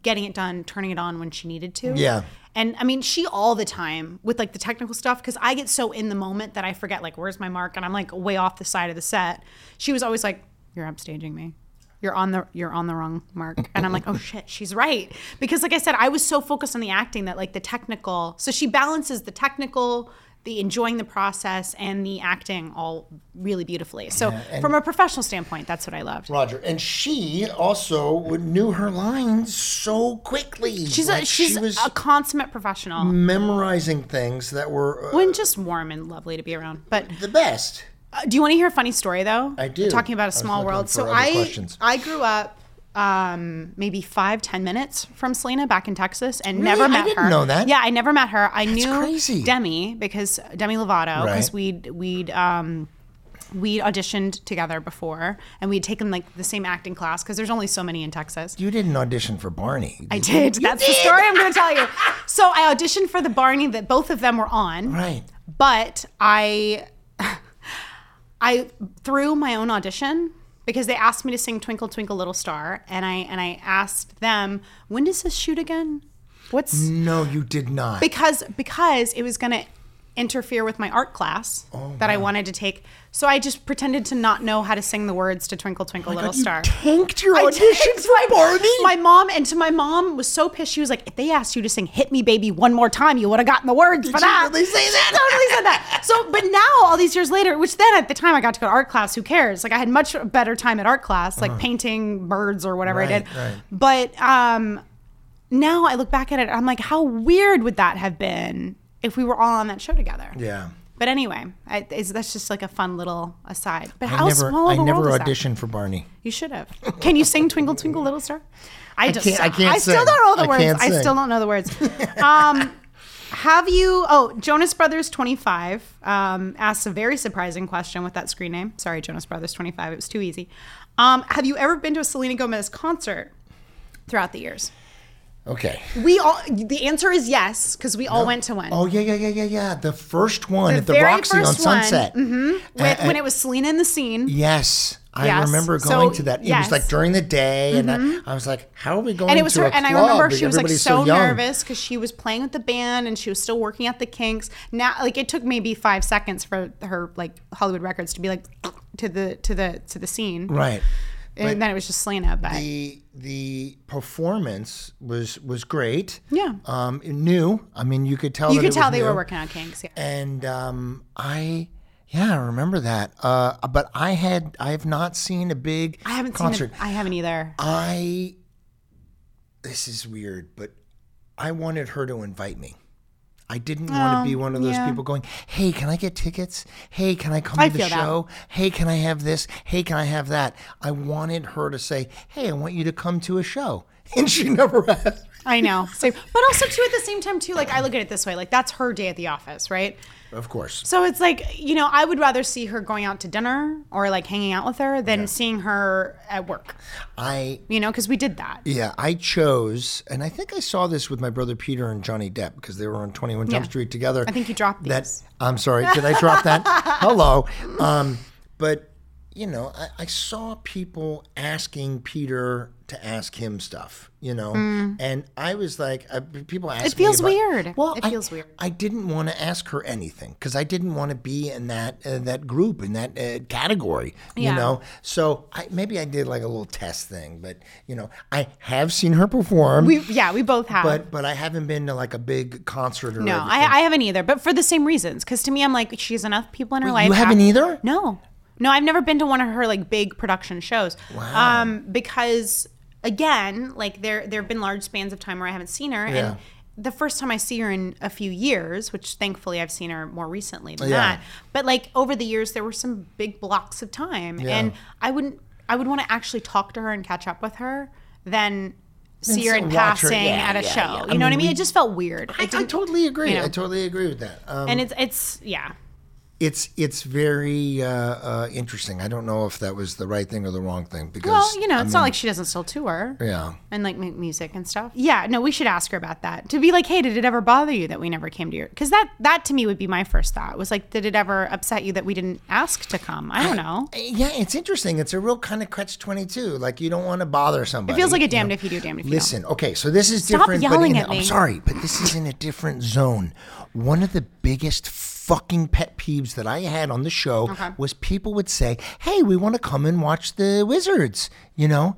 [SPEAKER 1] getting it done turning it on when she needed to
[SPEAKER 2] Yeah.
[SPEAKER 1] and I mean, she all the time with like the technical stuff because I get so in the moment that I forget like where's my mark and I'm like way off the side of the set. She was always like, "You're upstaging me. You're on the you're on the wrong mark." And I'm like, "Oh shit, she's right." Because like I said, I was so focused on the acting that like the technical. So she balances the technical, the enjoying the process, and the acting all really beautifully. So from a professional standpoint, that's what I loved.
[SPEAKER 2] Roger. And she also knew her lines so quickly.
[SPEAKER 1] She's a, she's
[SPEAKER 2] she was Mm.
[SPEAKER 1] a consummate professional.
[SPEAKER 2] memorizing things that were uh,
[SPEAKER 1] and just warm and lovely to be around. But
[SPEAKER 2] the best.
[SPEAKER 1] Uh, do you want to hear a funny story though?
[SPEAKER 2] I do.
[SPEAKER 1] Talking about
[SPEAKER 2] I
[SPEAKER 1] a
[SPEAKER 2] was
[SPEAKER 1] small
[SPEAKER 2] looking
[SPEAKER 1] world.
[SPEAKER 2] for
[SPEAKER 1] So
[SPEAKER 2] other
[SPEAKER 1] I
[SPEAKER 2] questions.
[SPEAKER 1] I grew up um, maybe five ten minutes from Selena back in Texas and never
[SPEAKER 2] I
[SPEAKER 1] met
[SPEAKER 2] didn't
[SPEAKER 1] her.
[SPEAKER 2] know that.
[SPEAKER 1] Yeah, I never met her. I knew
[SPEAKER 2] crazy.
[SPEAKER 1] Demi because Demi Lovato because
[SPEAKER 2] Right.
[SPEAKER 1] we'd we'd um, we'd auditioned together before and we'd taken like the same acting class because there's only so many in Texas.
[SPEAKER 2] You didn't audition for Barney.
[SPEAKER 1] I did. That's the story I'm going to tell you. So I auditioned for the Barney that both of them were on
[SPEAKER 2] right.
[SPEAKER 1] but I I threw my own audition because they asked me to sing Twinkle Twinkle Little Star, and I and I asked them when does this shoot again? What's
[SPEAKER 2] No, you did not.
[SPEAKER 1] because because it was going to interfere with my art class that I wanted to take. So I just pretended to not know how to sing the words to Twinkle Twinkle Little Star.
[SPEAKER 2] Tanked your
[SPEAKER 1] I
[SPEAKER 2] audition
[SPEAKER 1] did.
[SPEAKER 2] for Barbie.
[SPEAKER 1] My mom and to my mom was so pissed. She was like, "If they asked you to sing Hit Me Baby one more time, you would have gotten the words for
[SPEAKER 2] she
[SPEAKER 1] that."
[SPEAKER 2] really say that?
[SPEAKER 1] She totally said that. So, but now all these years later, which then at the time I got to go to art class, who cares? Like I had much better time at art class, like painting birds or whatever I
[SPEAKER 2] Uh-huh. Right,
[SPEAKER 1] did.
[SPEAKER 2] right.
[SPEAKER 1] But um now I look back at it, I'm like, how weird would that have been if we were all on that show together?
[SPEAKER 2] yeah.
[SPEAKER 1] But anyway, I, it's, that's just like a fun little aside. But
[SPEAKER 2] I
[SPEAKER 1] how
[SPEAKER 2] never,
[SPEAKER 1] small
[SPEAKER 2] I
[SPEAKER 1] of a
[SPEAKER 2] never
[SPEAKER 1] world is that?
[SPEAKER 2] auditioned for Barney.
[SPEAKER 1] You should have. Can you sing Twinkle Twinkle Little Star? I just
[SPEAKER 2] can't- I can't
[SPEAKER 1] still
[SPEAKER 2] sing.
[SPEAKER 1] don't know the
[SPEAKER 2] I
[SPEAKER 1] words.
[SPEAKER 2] can't
[SPEAKER 1] I
[SPEAKER 2] sing.
[SPEAKER 1] still don't know the words. Um Have you? Oh, Jonas Brothers 25 um, asks a very surprising question with that screen name. Sorry, Jonas Brothers 25. It was too easy. Um, have you ever been to a Selena Gomez concert throughout the years?
[SPEAKER 2] Okay.
[SPEAKER 1] We all, the answer is yes, because we all went to one.
[SPEAKER 2] Oh yeah, yeah, yeah, yeah, yeah. The first one
[SPEAKER 1] The
[SPEAKER 2] at the
[SPEAKER 1] very
[SPEAKER 2] Roxy on
[SPEAKER 1] first one.
[SPEAKER 2] Sunset.
[SPEAKER 1] With, when it was Selena in the scene.
[SPEAKER 2] Yes. I
[SPEAKER 1] Yes.
[SPEAKER 2] remember
[SPEAKER 1] So,
[SPEAKER 2] going to that. It
[SPEAKER 1] yes. Mm-hmm.
[SPEAKER 2] was like during the day, and I, I was like, "How are we going?"
[SPEAKER 1] and it was
[SPEAKER 2] to
[SPEAKER 1] her
[SPEAKER 2] a
[SPEAKER 1] and i
[SPEAKER 2] club?
[SPEAKER 1] remember she was like
[SPEAKER 2] Everybody's
[SPEAKER 1] so,
[SPEAKER 2] young.
[SPEAKER 1] nervous because she was playing with the band and she was still working at the kinks now like it took maybe five seconds for her like hollywood records to be like to the to the to the scene
[SPEAKER 2] Right.
[SPEAKER 1] and then it was just selena but
[SPEAKER 2] The the performance was was great.
[SPEAKER 1] Yeah.
[SPEAKER 2] Um, it new. I mean, you could tell.
[SPEAKER 1] you
[SPEAKER 2] that
[SPEAKER 1] could
[SPEAKER 2] it
[SPEAKER 1] tell
[SPEAKER 2] was
[SPEAKER 1] they were
[SPEAKER 2] new.
[SPEAKER 1] working on kinks yeah
[SPEAKER 2] And um, I, yeah, I remember that. Uh, but I had I have not seen a big
[SPEAKER 1] i haven't
[SPEAKER 2] concert.
[SPEAKER 1] seen it i haven't either
[SPEAKER 2] I this is weird, but I wanted her to invite me. I didn't want
[SPEAKER 1] Um,
[SPEAKER 2] to be one of those people going, "Hey, can I get tickets? Hey, can I come
[SPEAKER 1] I
[SPEAKER 2] to
[SPEAKER 1] feel
[SPEAKER 2] the
[SPEAKER 1] that.
[SPEAKER 2] show? Hey, can I have this? Hey, can I have that?" I wanted her to say, "Hey, I want you to come to a show," and she never has.
[SPEAKER 1] i know so, but also too at the same time too like i look at it this way like that's her day at the office right
[SPEAKER 2] Of course,
[SPEAKER 1] So it's like, you know, I would rather see her going out to dinner or like hanging out with her than seeing her at work,
[SPEAKER 2] I
[SPEAKER 1] you know, because we did that.
[SPEAKER 2] Yeah, I chose, and I think I saw this with my brother Peter and Johnny Depp because they were on 21 Jump
[SPEAKER 1] Yeah.
[SPEAKER 2] Street together.
[SPEAKER 1] I think you dropped
[SPEAKER 2] that.
[SPEAKER 1] these.
[SPEAKER 2] I'm sorry, did I drop that? Hello. Um, but, you know, I, I saw people asking Peter to ask him stuff, you know, and I was like, uh, people asked It
[SPEAKER 1] Mm. feels weird.
[SPEAKER 2] Well,
[SPEAKER 1] It
[SPEAKER 2] I-
[SPEAKER 1] feels weird.
[SPEAKER 2] I didn't want to ask her anything because I didn't want to be in that uh, that group in that uh, category,
[SPEAKER 1] Yeah.
[SPEAKER 2] you know. So I, maybe I did like a little test thing, but you know, I have seen her perform,
[SPEAKER 1] We, yeah, we both have.
[SPEAKER 2] but but I haven't been to like a big concert or
[SPEAKER 1] No,
[SPEAKER 2] anything.
[SPEAKER 1] I, I haven't either. But for the same reasons, because to me, I'm like, she has enough people in her life.
[SPEAKER 2] you haven't
[SPEAKER 1] act-
[SPEAKER 2] either?
[SPEAKER 1] No, no, I've never been to one of her like big production shows. Wow. Um, because again, like there there have been large spans of time where I haven't seen her,
[SPEAKER 2] Yeah.
[SPEAKER 1] and the first time I see her in a few years, which thankfully I've seen her more recently than
[SPEAKER 2] Yeah.
[SPEAKER 1] that. But like over the years, there were some big blocks of time, and I wouldn't. I would want to actually talk to her and catch up with her than see her
[SPEAKER 2] so
[SPEAKER 1] in
[SPEAKER 2] watch her.
[SPEAKER 1] passing
[SPEAKER 2] Yeah,
[SPEAKER 1] at a
[SPEAKER 2] yeah,
[SPEAKER 1] show.
[SPEAKER 2] yeah.
[SPEAKER 1] You
[SPEAKER 2] I
[SPEAKER 1] know what I
[SPEAKER 2] mean,
[SPEAKER 1] mean?
[SPEAKER 2] we-
[SPEAKER 1] It just felt weird.
[SPEAKER 2] I,
[SPEAKER 1] It didn't-
[SPEAKER 2] totally agree.
[SPEAKER 1] you know.
[SPEAKER 2] I totally agree with that. Um,
[SPEAKER 1] and it's it's yeah.
[SPEAKER 2] it's it's very uh, uh, interesting. I don't know if that was the right thing or the wrong thing because
[SPEAKER 1] Well, you know, it's not like she doesn't still tour.
[SPEAKER 2] yeah.
[SPEAKER 1] And like make music and stuff. Yeah, no, we should ask her about that. To be like, hey, did it ever bother you that we never came to your? Because that that to me would be my first thought was like, did it ever upset you that we didn't ask to come? I don't know. It
[SPEAKER 2] Yeah, it's interesting. It's a real kind of catch twenty two. Like you don't want to bother somebody.
[SPEAKER 1] feels like a
[SPEAKER 2] you know?
[SPEAKER 1] damned if you do, damned if you
[SPEAKER 2] Listen, okay, so this is
[SPEAKER 1] Stop
[SPEAKER 2] different.
[SPEAKER 1] yelling
[SPEAKER 2] but in,
[SPEAKER 1] at me.
[SPEAKER 2] I'm sorry, but this is in a different zone. One of the biggest fucking pet peeves that I had on the show was people would say, "Hey, we want to come and watch the Wizards," you know.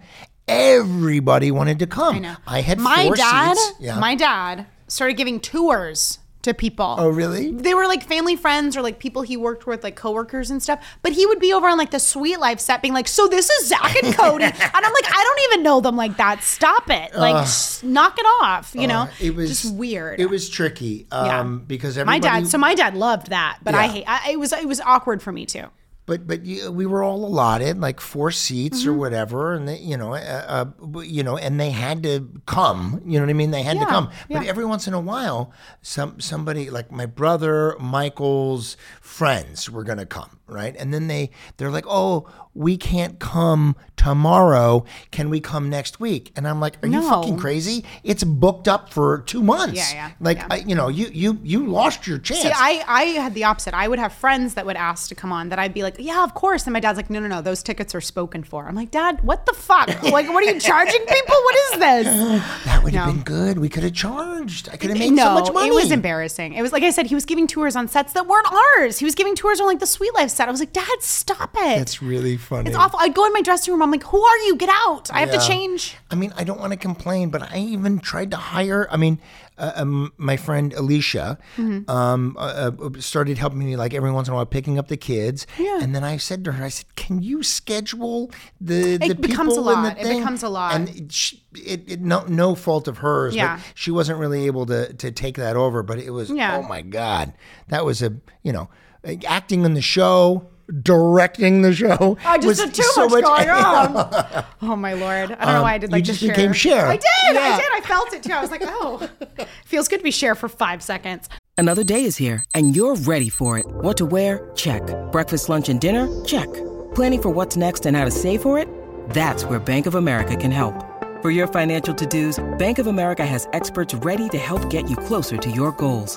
[SPEAKER 2] Everybody wanted to come. I,
[SPEAKER 1] don't.
[SPEAKER 2] had
[SPEAKER 1] my
[SPEAKER 2] four
[SPEAKER 1] dad.
[SPEAKER 2] seats. Yeah.
[SPEAKER 1] My dad started giving tours to people.
[SPEAKER 2] oh, really?
[SPEAKER 1] they were like family friends or like people he worked with, like coworkers and stuff. But he would be over on like the Sweet Life set, being like, "So this is Zach and Cody," and I'm like, "I don't even know them like that. Stop it! Like, s- knock it off. You know,
[SPEAKER 2] It was
[SPEAKER 1] just weird."
[SPEAKER 2] It was tricky um, because
[SPEAKER 1] my
[SPEAKER 2] everybody.
[SPEAKER 1] dad. So my dad loved that, but I
[SPEAKER 2] Yeah.
[SPEAKER 1] hate. I, it was it was awkward for me too.
[SPEAKER 2] but but you, we were all allotted like four seats
[SPEAKER 1] Mm-hmm.
[SPEAKER 2] or whatever, and they, you know, uh, uh, you know, and they had to come. You know what I mean? They had to come. But every once in a while, some somebody like my brother Michael's friends were going to come, right? And then they they're like, "Oh, we can't come tomorrow. Can we come next week?" And I'm like, "Are you fucking crazy? It's booked up for two months.
[SPEAKER 1] yeah,
[SPEAKER 2] Like, I, you know, you you you lost your chance.
[SPEAKER 1] See, I I had the opposite. I would have friends that would ask to come on that I'd be like, yeah, of course. And my dad's like, no, no, no, those tickets are spoken for. I'm like, Dad, what the fuck? Like, what are you charging people? What is this?
[SPEAKER 2] That would have
[SPEAKER 1] No.
[SPEAKER 2] been good. We could have charged. I could have made
[SPEAKER 1] no,
[SPEAKER 2] so much money.
[SPEAKER 1] it was embarrassing. It was like I said, he was giving tours on sets that weren't ours. He was giving tours on like the Sweet Life set. I was like, Dad, stop it.
[SPEAKER 2] That's really funny.
[SPEAKER 1] It's awful. I'd go in my dressing room. I'm like, who are you? Get out. I have
[SPEAKER 2] Yeah.
[SPEAKER 1] to change.
[SPEAKER 2] I mean, I don't want to complain, but I even tried to hire. I mean, uh, um, my friend Alicia
[SPEAKER 1] Mm-hmm.
[SPEAKER 2] um, uh, uh, started helping me like every once in a while picking up the kids. Yeah. And then I said to her, I said, "Can you schedule the the
[SPEAKER 1] becomes a
[SPEAKER 2] people and the
[SPEAKER 1] lot. It
[SPEAKER 2] thing?"
[SPEAKER 1] becomes a lot.
[SPEAKER 2] And it, she, it, it no no fault of hers.
[SPEAKER 1] Yeah.
[SPEAKER 2] But she wasn't really able to to take that over. But it was
[SPEAKER 1] Yeah.
[SPEAKER 2] oh my god, that was a you know acting in the show. Directing the show.
[SPEAKER 1] I just
[SPEAKER 2] was
[SPEAKER 1] did too
[SPEAKER 2] so Um,
[SPEAKER 1] much, going on. oh my lord! I don't know why I did
[SPEAKER 2] you
[SPEAKER 1] like
[SPEAKER 2] just
[SPEAKER 1] the Cher.
[SPEAKER 2] became Cher.
[SPEAKER 1] I did.
[SPEAKER 2] Yeah.
[SPEAKER 1] I did. I felt it too. I was like, oh, feels good to be share for five seconds.
[SPEAKER 3] Another day is here, and you're ready for it. What to wear? Check. Breakfast, lunch, and dinner? Check. Planning for what's next and how to save for it? That's where Bank of America can help. For your financial to dos, Bank of America has experts ready to help get you closer to your goals.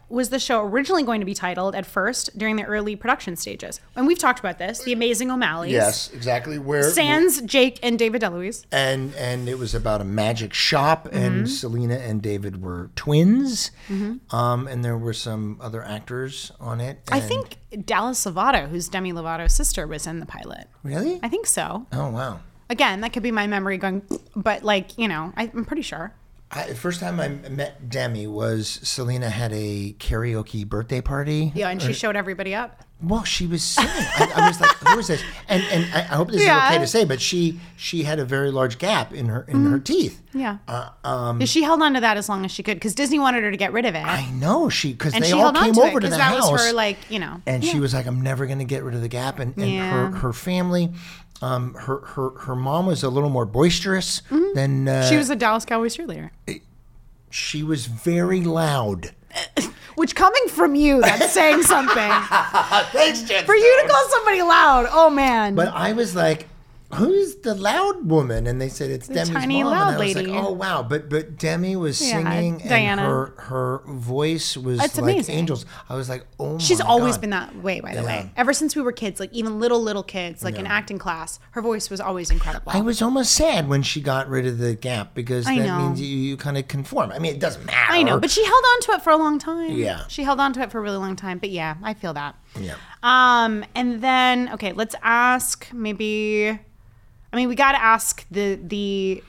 [SPEAKER 1] was the show originally going to be titled at first during the early production stages? And we've talked about this. The Amazing O'Malleys.
[SPEAKER 2] Yes, exactly. Where
[SPEAKER 1] Sans Jake and David DeLuise.
[SPEAKER 2] and and it was about a magic shop
[SPEAKER 1] Mm-hmm.
[SPEAKER 2] and Selena and David were twins um, and there were some other actors on it
[SPEAKER 1] I
[SPEAKER 2] and-
[SPEAKER 1] think Dallas Lovato, who's Demi Lovato's sister, was in the pilot.
[SPEAKER 2] really
[SPEAKER 1] I think so.
[SPEAKER 2] oh wow
[SPEAKER 1] Again, that could be my memory going, but like, you know, I, I'm pretty sure.
[SPEAKER 2] I, the first time I met Demi was Selena had a karaoke birthday party
[SPEAKER 1] Yeah, and she showed everybody up.
[SPEAKER 2] well she was singing I, I was like who is this and and I, I hope this
[SPEAKER 1] Yeah. Mm-hmm.
[SPEAKER 2] is okay to say but she she had a very large gap in her in her teeth
[SPEAKER 1] Yeah.
[SPEAKER 2] Uh,
[SPEAKER 1] Yeah, she held on to that as long as she could because Disney wanted her to get rid of it.
[SPEAKER 2] um, I know she because
[SPEAKER 1] and
[SPEAKER 2] they
[SPEAKER 1] she
[SPEAKER 2] all
[SPEAKER 1] held on
[SPEAKER 2] came
[SPEAKER 1] to it
[SPEAKER 2] over to
[SPEAKER 1] because
[SPEAKER 2] the
[SPEAKER 1] that
[SPEAKER 2] house
[SPEAKER 1] was her, like, you know.
[SPEAKER 2] and she was like, "I'm never going to get rid of the gap." And, and
[SPEAKER 1] Yeah.
[SPEAKER 2] her her family, um, her her her mom was a little more boisterous than uh,
[SPEAKER 1] Mm-hmm. she was a Dallas Cowboys cheerleader.
[SPEAKER 2] she was very loud.
[SPEAKER 1] Which coming from you, that's saying something. For you to call somebody loud, oh man.
[SPEAKER 2] But I was like, "Who's the loud woman?" And they said, "It's Demi's
[SPEAKER 1] tiny
[SPEAKER 2] mom."
[SPEAKER 1] loud
[SPEAKER 2] and I was
[SPEAKER 1] lady.
[SPEAKER 2] like, "Oh wow!" But but Demi was
[SPEAKER 1] Yeah,
[SPEAKER 2] singing,
[SPEAKER 1] Diana.
[SPEAKER 2] and her her voice was
[SPEAKER 1] It's
[SPEAKER 2] like
[SPEAKER 1] amazing.
[SPEAKER 2] angels. I was like, "Oh
[SPEAKER 1] She's
[SPEAKER 2] my
[SPEAKER 1] always
[SPEAKER 2] God.
[SPEAKER 1] been that way, by the
[SPEAKER 2] Yeah.
[SPEAKER 1] way. Ever since we were kids, like even little little kids, like in acting class, her voice was always incredible.
[SPEAKER 2] I was almost sad when she got rid of the gap because
[SPEAKER 1] I
[SPEAKER 2] that
[SPEAKER 1] know.
[SPEAKER 2] means you, you kind of conform. I mean, it doesn't matter.
[SPEAKER 1] I know, but she held on to it for a long time.
[SPEAKER 2] Yeah.
[SPEAKER 1] She held on to it for a really long time. But yeah, I feel that.
[SPEAKER 2] Yeah.
[SPEAKER 1] Um, and then okay, let's ask maybe I mean we gotta ask the the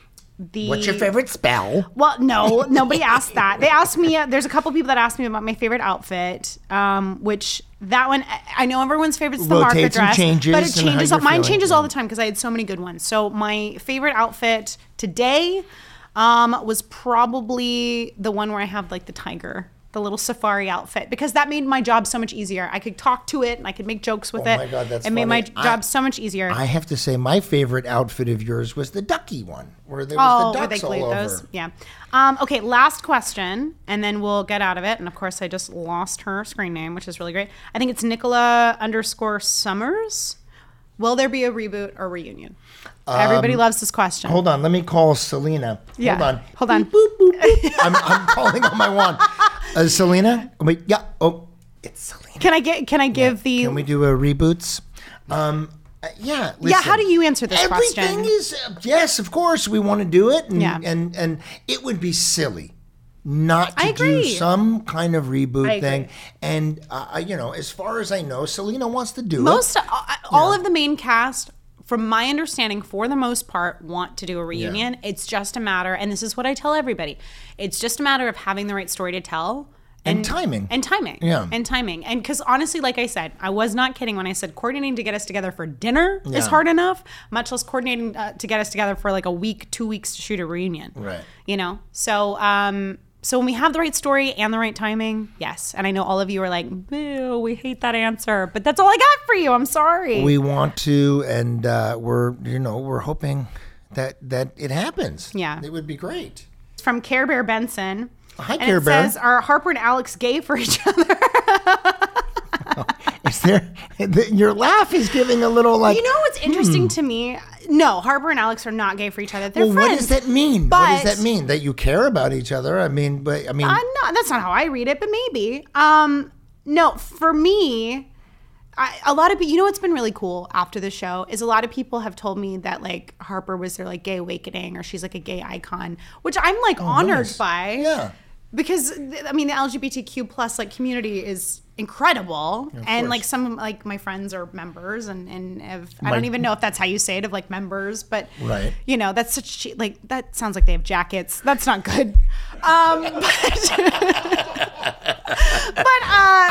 [SPEAKER 1] the
[SPEAKER 2] What's your favorite spell?
[SPEAKER 1] Well, no, nobody asked that. They asked me. Uh, there's a couple people that asked me about my favorite outfit, um, which that one I- I know everyone's favorite is the
[SPEAKER 2] Rotates
[SPEAKER 1] market
[SPEAKER 2] and
[SPEAKER 1] dress,
[SPEAKER 2] changes
[SPEAKER 1] but
[SPEAKER 2] and
[SPEAKER 1] it
[SPEAKER 2] how
[SPEAKER 1] changes.
[SPEAKER 2] you're
[SPEAKER 1] All, mine
[SPEAKER 2] feeling,
[SPEAKER 1] changes
[SPEAKER 2] yeah.
[SPEAKER 1] all the time because I had so many good ones. So my favorite outfit today um, was probably the one where I have like the tiger. The little safari outfit because that made my job so much easier. I could talk to it and I could make jokes with
[SPEAKER 2] Oh
[SPEAKER 1] it.
[SPEAKER 2] my God, that's
[SPEAKER 1] it made my
[SPEAKER 2] funny. I-
[SPEAKER 1] job so much easier.
[SPEAKER 2] I have to say, my favorite outfit of yours was the ducky one, where there was
[SPEAKER 1] Oh,
[SPEAKER 2] the
[SPEAKER 1] where they
[SPEAKER 2] ducks all
[SPEAKER 1] glued
[SPEAKER 2] over.
[SPEAKER 1] those. Yeah. Um, okay, last question, and then we'll get out of it. And of course, I just lost her screen name, which is really great. I think it's Nicola underscore Summers. Will there be a reboot or reunion? Everybody loves this question.
[SPEAKER 2] Um, Hold on, let me call Selena.
[SPEAKER 1] Yeah.
[SPEAKER 2] Hold on.
[SPEAKER 1] Hold on.
[SPEAKER 2] Boop, boop, boop. I'm, I'm calling on my wand. Uh, Selena? Wait, yeah. Oh, it's Selena.
[SPEAKER 1] Can I get? Can I give the?
[SPEAKER 2] Can we do a reboots? Um, uh, yeah. Listen,
[SPEAKER 1] yeah. How do you answer this
[SPEAKER 2] Everything
[SPEAKER 1] question?
[SPEAKER 2] is uh, yes, of course we want to do it, and
[SPEAKER 1] Yeah.
[SPEAKER 2] and, and it would be silly not to
[SPEAKER 1] I
[SPEAKER 2] do
[SPEAKER 1] agree.
[SPEAKER 2] some kind
[SPEAKER 1] I
[SPEAKER 2] of reboot
[SPEAKER 1] agree.
[SPEAKER 2] thing. And uh, I- you know, as far as I know, Selena wants to do
[SPEAKER 1] most
[SPEAKER 2] it.
[SPEAKER 1] uh, all of the main cast from my understanding for the most part want to do a reunion it's just a matter and this is what i tell everybody it's just a matter of having the right story to tell
[SPEAKER 2] And timing.
[SPEAKER 1] and timing
[SPEAKER 2] Yeah.
[SPEAKER 1] and timing and because honestly like i said i was not kidding when i said coordinating to get us together for dinner is
[SPEAKER 2] Yeah.
[SPEAKER 1] hard enough much less coordinating uh, to get us together for like a week two weeks to shoot a reunion
[SPEAKER 2] Right.
[SPEAKER 1] you know so um so when we have the right story and the right timing yes and i know all of you are like boo we hate that answer but that's all i got for you i'm sorry
[SPEAKER 2] we want to, and uh, we're you know we're hoping that that it happens.
[SPEAKER 1] Yeah.
[SPEAKER 2] it would be great.
[SPEAKER 1] from Care Bear Benson.
[SPEAKER 2] Hi,
[SPEAKER 1] and
[SPEAKER 2] Care
[SPEAKER 1] it
[SPEAKER 2] Bear.
[SPEAKER 1] says, "Are Harper and Alex gay for each other?"
[SPEAKER 2] Is there? Your laugh is giving a little like.
[SPEAKER 1] you know what's interesting to me? No, Harper and Alex are not gay for each other. They're
[SPEAKER 2] hmm. well,
[SPEAKER 1] friends.
[SPEAKER 2] what does that mean? what
[SPEAKER 1] but-
[SPEAKER 2] does that mean? That you care about each other? I mean, but I mean,
[SPEAKER 1] Uh, no, that's not how I read it, but maybe. Um, no, for me, I, a lot of pe- you know what's been really cool after the show is a lot of people have told me that like Harper was their like gay awakening or she's like a gay icon, which I'm like honored by.
[SPEAKER 2] Oh, Yeah.
[SPEAKER 1] because th- I mean the LGBTQ plus like community is incredible, and like some like my friends are members, and and have, I don't even know if that's how you say it of like members, but
[SPEAKER 2] Right.
[SPEAKER 1] you know that's such che- like that sounds like they have jackets. That's not good. Um,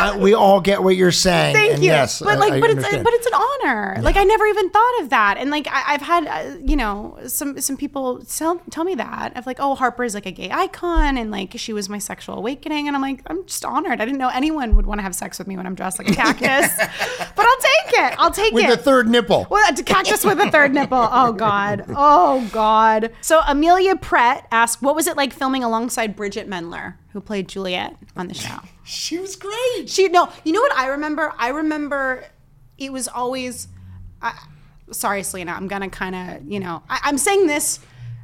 [SPEAKER 2] I- we all get what you're saying.
[SPEAKER 1] Thank
[SPEAKER 2] and
[SPEAKER 1] you.
[SPEAKER 2] Yes,
[SPEAKER 1] but
[SPEAKER 2] I-
[SPEAKER 1] like,
[SPEAKER 2] I
[SPEAKER 1] but it's
[SPEAKER 2] understand.
[SPEAKER 1] but it's an honor. Like I never even thought of that, and like I, I've had uh, you know some some people tell tell me that of like oh Harper is like a gay icon, and like she was my sexual awakening, and I'm like I'm just honored. I didn't know anyone would want to have sex with me when I'm dressed like a cactus, but I'll take it. I'll take
[SPEAKER 2] with
[SPEAKER 1] it.
[SPEAKER 2] the third nipple.
[SPEAKER 1] Well, a cactus with a third nipple. Oh God. Oh God. So Amelia Pratt asked, "What was it like filming alongside Bridget Mendler, who played Juliet on the show?"
[SPEAKER 2] she was great.
[SPEAKER 1] She no, you know what I remember? I remember it was always. I, sorry, Selena. I'm gonna kind of you know. I, I'm saying this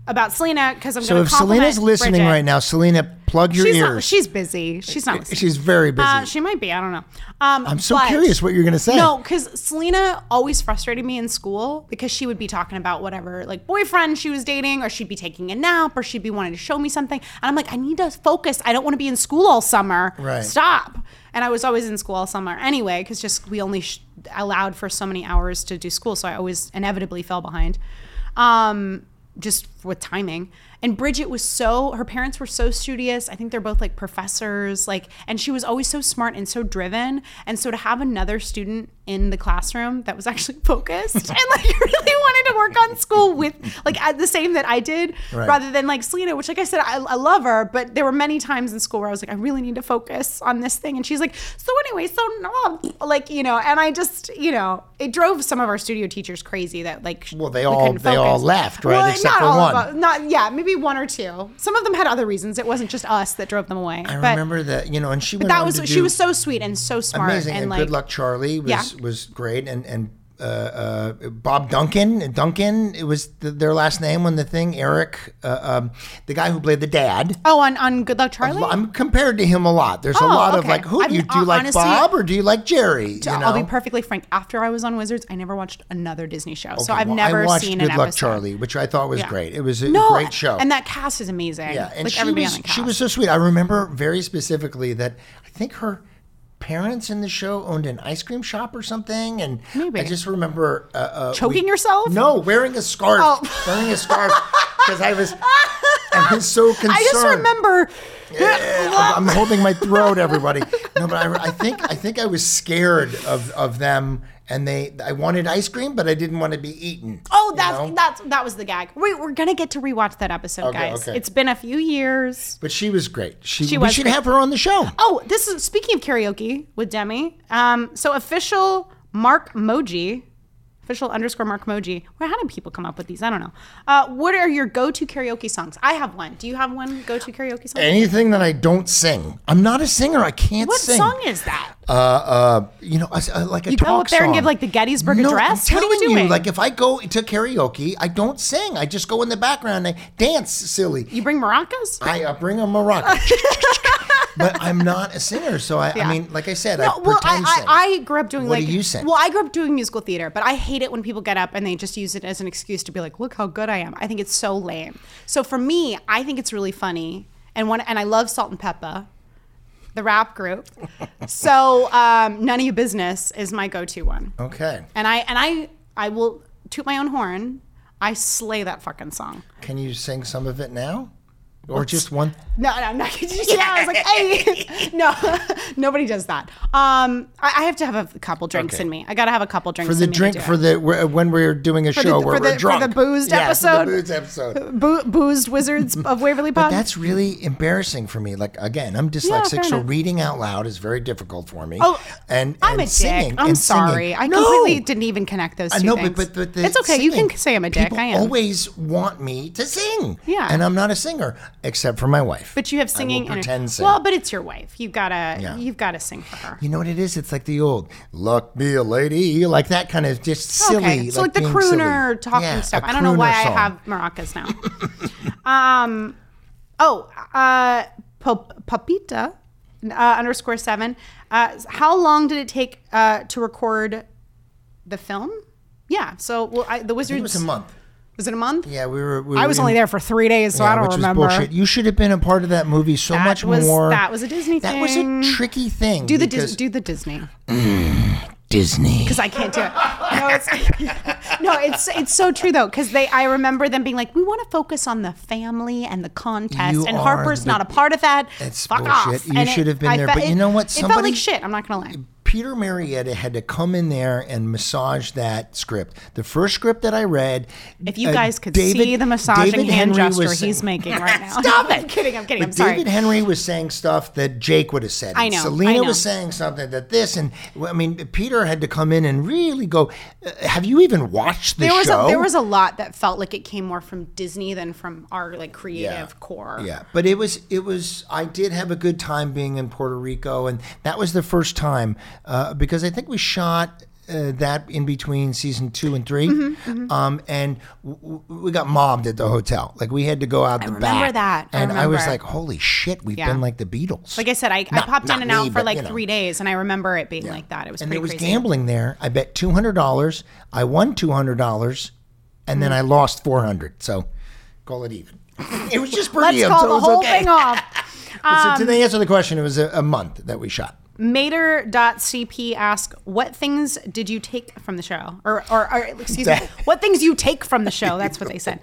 [SPEAKER 1] about Selena because I'm
[SPEAKER 2] So
[SPEAKER 1] gonna.
[SPEAKER 2] if Selena's listening right now, Selena, plug your
[SPEAKER 1] she's
[SPEAKER 2] ears.
[SPEAKER 1] not. She's busy. She's not. Listening.
[SPEAKER 2] She's very busy.
[SPEAKER 1] Uh, she might be. I don't know. Um,
[SPEAKER 2] I'm so
[SPEAKER 1] but-
[SPEAKER 2] curious what you're gonna say.
[SPEAKER 1] No, because Selena always frustrated me in school because she would be talking about whatever like boyfriend she was dating, or she'd be taking a nap, or she'd be wanting to show me something, and I'm like, I need to focus. I don't want to be in school all summer.
[SPEAKER 2] Right.
[SPEAKER 1] Stop. And I was always in school all summer anyway, because just we only sh- allowed for so many hours to do school, so I always inevitably fell behind. Um, just with timing. And Bridget was so her parents were so studious. I think they're both like professors, like and she was always so smart and so driven. And so to have another student in the classroom that was actually focused and like really wanted to work on school with like at the same that I did
[SPEAKER 2] Right.
[SPEAKER 1] rather than like Selena, which like I said I, I love her, but there were many times in school where I was like I really need to focus on this thing and she's like so anyway, so no like you know, and I just, you know, it drove some of our studio teachers crazy that like
[SPEAKER 2] Well, they
[SPEAKER 1] we
[SPEAKER 2] all-
[SPEAKER 1] couldn't
[SPEAKER 2] they all
[SPEAKER 1] focus.
[SPEAKER 2] left, right?
[SPEAKER 1] Well,
[SPEAKER 2] Except
[SPEAKER 1] not
[SPEAKER 2] for
[SPEAKER 1] all of
[SPEAKER 2] one.
[SPEAKER 1] us- not yeah, maybe one or two. Some of them had other reasons. It wasn't just us that drove them away.
[SPEAKER 2] I
[SPEAKER 1] but
[SPEAKER 2] remember that. You know, and she went
[SPEAKER 1] that
[SPEAKER 2] on
[SPEAKER 1] was
[SPEAKER 2] to
[SPEAKER 1] she
[SPEAKER 2] do
[SPEAKER 1] was so sweet and so smart
[SPEAKER 2] amazing. And,
[SPEAKER 1] and like
[SPEAKER 2] Good Luck Charlie was
[SPEAKER 1] Yeah.
[SPEAKER 2] was great, and and. Uh, uh, Bob Duncan, Duncan, it was th- their last name on the thing. Eric, uh, um, the guy who played the dad.
[SPEAKER 1] oh on on Good Luck Charlie.
[SPEAKER 2] I'm compared to him a lot. There's
[SPEAKER 1] Oh,
[SPEAKER 2] a lot of
[SPEAKER 1] okay.
[SPEAKER 2] like, who
[SPEAKER 1] I've- uh,
[SPEAKER 2] do you do? You like
[SPEAKER 1] honestly-
[SPEAKER 2] Bob or do you like Jerry? You know?
[SPEAKER 1] I'll be perfectly frank. After I was on Wizards, I never watched another Disney show, so I've
[SPEAKER 2] Well,
[SPEAKER 1] never
[SPEAKER 2] I watched
[SPEAKER 1] seen
[SPEAKER 2] Good
[SPEAKER 1] an
[SPEAKER 2] Luck
[SPEAKER 1] episode.
[SPEAKER 2] Charlie, which I thought was
[SPEAKER 1] Yeah.
[SPEAKER 2] great. It was a
[SPEAKER 1] No,
[SPEAKER 2] great show.
[SPEAKER 1] and that cast is amazing.
[SPEAKER 2] Yeah, and
[SPEAKER 1] like
[SPEAKER 2] she
[SPEAKER 1] everybody
[SPEAKER 2] was
[SPEAKER 1] on the cast.
[SPEAKER 2] she was so sweet. I remember very specifically that I think her parents in the show owned an ice cream shop or something, and
[SPEAKER 1] Maybe.
[SPEAKER 2] I just remember uh, uh,
[SPEAKER 1] Choking yourself? Oh.
[SPEAKER 2] No, wearing a scarf, wearing a scarf because I was I was so concerned. Eh,
[SPEAKER 1] I just remember.
[SPEAKER 2] I'm I'm holding my throat, everybody. No, but I, I think I think I was scared of, of them, and they. I wanted ice cream, but I didn't want to be eaten.
[SPEAKER 1] Oh,
[SPEAKER 2] you
[SPEAKER 1] that's
[SPEAKER 2] know?
[SPEAKER 1] that's that was the gag. We, we're gonna get to rewatch that episode, guys.
[SPEAKER 2] okay.
[SPEAKER 1] It's been a few years.
[SPEAKER 2] But she was great. She,
[SPEAKER 1] She
[SPEAKER 2] we
[SPEAKER 1] was
[SPEAKER 2] should
[SPEAKER 1] great.
[SPEAKER 2] have her on the show.
[SPEAKER 1] Oh, this is speaking of karaoke with Demi. Um, so official Mark Moji, official underscore Mark Moji. Where how do people come up with these? I don't know. Uh, what are your go-to karaoke songs? I have one. Do you have one go-to karaoke song?
[SPEAKER 2] anything that I don't sing. I'm not a singer. I can't
[SPEAKER 1] what
[SPEAKER 2] sing.
[SPEAKER 1] song is that?
[SPEAKER 2] Uh, uh, you know, a, a, like a
[SPEAKER 1] You go
[SPEAKER 2] talk
[SPEAKER 1] up there and
[SPEAKER 2] song.
[SPEAKER 1] give, like, the Gettysburg
[SPEAKER 2] no,
[SPEAKER 1] Address?
[SPEAKER 2] I'm
[SPEAKER 1] What are
[SPEAKER 2] telling
[SPEAKER 1] we
[SPEAKER 2] you,
[SPEAKER 1] doing?
[SPEAKER 2] like if I go to karaoke, I don't sing. I just go in the background and I dance silly.
[SPEAKER 1] you bring maracas?
[SPEAKER 2] I uh, bring a maraca. but I'm not a singer, so I, I mean, like I said, I
[SPEAKER 1] No, well, I,
[SPEAKER 2] pretend
[SPEAKER 1] I,
[SPEAKER 2] sing.
[SPEAKER 1] I grew up doing
[SPEAKER 2] What
[SPEAKER 1] like.
[SPEAKER 2] do you sing?
[SPEAKER 1] Well, I grew up doing musical theater, but I hate it when people get up and they just use it as an excuse to be like, "Look how good I am." I think it's so lame. So for me, I think it's really funny, and one and I love Salt and Peppa, the rap group. so um, none of your business is my go-to one,
[SPEAKER 2] okay.
[SPEAKER 1] and I and I I will toot my own horn. I slay that fucking song.
[SPEAKER 2] Can you sing some of it now, or just one?
[SPEAKER 1] No, no, I'm not gonna do that. I was like, hey, no, nobody does that. Um, I, I have to have a couple drinks
[SPEAKER 2] Okay.
[SPEAKER 1] in me. I gotta have a couple drinks
[SPEAKER 2] For the
[SPEAKER 1] in me to
[SPEAKER 2] drink,
[SPEAKER 1] do
[SPEAKER 2] for
[SPEAKER 1] it.
[SPEAKER 2] the wh- when we're doing a show
[SPEAKER 1] the-
[SPEAKER 2] where
[SPEAKER 1] for the-
[SPEAKER 2] we're
[SPEAKER 1] for
[SPEAKER 2] drunk,
[SPEAKER 1] the boozed
[SPEAKER 2] yeah,
[SPEAKER 1] episode.
[SPEAKER 2] for the boozed episode.
[SPEAKER 1] Boo- boozed wizards of Waverly Pond.
[SPEAKER 2] But that's really embarrassing for me. Like again, I'm dyslexic,
[SPEAKER 1] fair
[SPEAKER 2] so
[SPEAKER 1] enough.
[SPEAKER 2] reading out loud is very difficult for me.
[SPEAKER 1] Oh,
[SPEAKER 2] and,
[SPEAKER 1] I'm a
[SPEAKER 2] and singing,
[SPEAKER 1] dick. I'm
[SPEAKER 2] and singing.
[SPEAKER 1] sorry. I
[SPEAKER 2] No!
[SPEAKER 1] completely didn't even connect those two
[SPEAKER 2] I know,
[SPEAKER 1] things.
[SPEAKER 2] but but, but the
[SPEAKER 1] it's okay. You
[SPEAKER 2] singing,
[SPEAKER 1] can say I'm a dick.
[SPEAKER 2] People
[SPEAKER 1] I am.
[SPEAKER 2] always want me to sing.
[SPEAKER 1] Yeah.
[SPEAKER 2] and I'm not a singer. except for my wife.
[SPEAKER 1] But you have singing and
[SPEAKER 2] pretend sing.
[SPEAKER 1] Well, but it's your wife. You've gotta
[SPEAKER 2] Yeah.
[SPEAKER 1] you've gotta sing for her.
[SPEAKER 2] you know what it is? It's like the old "Luck Be a Lady," like that kind of just silly.
[SPEAKER 1] Okay, so like, the
[SPEAKER 2] being
[SPEAKER 1] crooner
[SPEAKER 2] silly.
[SPEAKER 1] talking
[SPEAKER 2] Yeah,
[SPEAKER 1] stuff.
[SPEAKER 2] a
[SPEAKER 1] I don't know why
[SPEAKER 2] crooner
[SPEAKER 1] I
[SPEAKER 2] song.
[SPEAKER 1] have maracas now. um, oh, uh, Pop- Papita uh, underscore seven. Uh, how long did it take uh, to record the film? Yeah, so well, I, the
[SPEAKER 2] It
[SPEAKER 1] Wizards
[SPEAKER 2] was a month.
[SPEAKER 1] Was it a month?
[SPEAKER 2] Yeah, we were. We
[SPEAKER 1] I
[SPEAKER 2] were
[SPEAKER 1] was
[SPEAKER 2] in-
[SPEAKER 1] only there for three days, so
[SPEAKER 2] Yeah,
[SPEAKER 1] I don't
[SPEAKER 2] which
[SPEAKER 1] remember.
[SPEAKER 2] Was bullshit. You should have been a part of that movie so
[SPEAKER 1] That
[SPEAKER 2] much
[SPEAKER 1] was-
[SPEAKER 2] more.
[SPEAKER 1] that was a Disney
[SPEAKER 2] That
[SPEAKER 1] thing.
[SPEAKER 2] was a tricky thing.
[SPEAKER 1] Do the
[SPEAKER 2] because
[SPEAKER 1] Dis- do the Disney.
[SPEAKER 2] Disney.
[SPEAKER 1] because I can't do it. No, it's no, it's it's so true though because they I remember them being like, we want to focus on the family and the contest,
[SPEAKER 2] You
[SPEAKER 1] and
[SPEAKER 2] are
[SPEAKER 1] Harper's
[SPEAKER 2] the-
[SPEAKER 1] not a part of that.
[SPEAKER 2] That's
[SPEAKER 1] Fuck
[SPEAKER 2] bullshit.
[SPEAKER 1] off.
[SPEAKER 2] You
[SPEAKER 1] And it-
[SPEAKER 2] should have been
[SPEAKER 1] I
[SPEAKER 2] there,
[SPEAKER 1] fe-
[SPEAKER 2] but you
[SPEAKER 1] it-
[SPEAKER 2] know what?
[SPEAKER 1] it felt
[SPEAKER 2] Somebody-
[SPEAKER 1] like shit. I'm not gonna lie.
[SPEAKER 2] Peter Marietta had to come in there and massage that script. The first script that I read.
[SPEAKER 1] If you
[SPEAKER 2] uh,
[SPEAKER 1] guys could
[SPEAKER 2] David-
[SPEAKER 1] see the massaging
[SPEAKER 2] David
[SPEAKER 1] hand
[SPEAKER 2] Henry
[SPEAKER 1] gesture
[SPEAKER 2] was
[SPEAKER 1] he's
[SPEAKER 2] saying-
[SPEAKER 1] making right now.
[SPEAKER 2] Stop it!
[SPEAKER 1] I'm kidding. I'm kidding.
[SPEAKER 2] But
[SPEAKER 1] I'm sorry.
[SPEAKER 2] David Henry was saying stuff that Jake would have said.
[SPEAKER 1] I
[SPEAKER 2] and
[SPEAKER 1] know, I
[SPEAKER 2] Selena
[SPEAKER 1] know.
[SPEAKER 2] was saying something that this and I mean Peter had to come in and really go. "Uh, Have you even watched the
[SPEAKER 1] there was
[SPEAKER 2] show?
[SPEAKER 1] a, there was a lot that felt like it came more from Disney than from our like creative core.
[SPEAKER 2] Yeah, but it was it was I did have a good time being in Puerto Rico, and that was the first time uh, because I think we shot. Uh, that in between season two and 3
[SPEAKER 1] Mm-hmm,
[SPEAKER 2] um, and w- w- we got mobbed at the hotel. Like we had to go out the
[SPEAKER 1] remember that.
[SPEAKER 2] back.
[SPEAKER 1] I
[SPEAKER 2] and I was
[SPEAKER 1] remember.
[SPEAKER 2] like, "Holy shit, we've
[SPEAKER 1] Yeah.
[SPEAKER 2] been like the Beatles."
[SPEAKER 1] Like I said, I, I
[SPEAKER 2] Not-
[SPEAKER 1] popped
[SPEAKER 2] not
[SPEAKER 1] in and
[SPEAKER 2] me,
[SPEAKER 1] out for
[SPEAKER 2] but,
[SPEAKER 1] like
[SPEAKER 2] you know.
[SPEAKER 1] three days, and I remember it being like that. It was
[SPEAKER 2] and
[SPEAKER 1] pretty
[SPEAKER 2] there was
[SPEAKER 1] crazy.
[SPEAKER 2] gambling there. I bet two hundred dollars. I won two hundred dollars, and
[SPEAKER 1] Mm.
[SPEAKER 2] then I lost four hundred. So call it even. It was just per
[SPEAKER 1] Let's
[SPEAKER 2] diem,
[SPEAKER 1] call
[SPEAKER 2] so it
[SPEAKER 1] the
[SPEAKER 2] was
[SPEAKER 1] whole
[SPEAKER 2] okay.
[SPEAKER 1] thing off.
[SPEAKER 2] so
[SPEAKER 1] Um,
[SPEAKER 2] to answer the question, it was a, a month that we shot.
[SPEAKER 1] Mater.cp asks, what things did you take from the show? Or, or, or excuse me, what things you take from the show? That's what they said.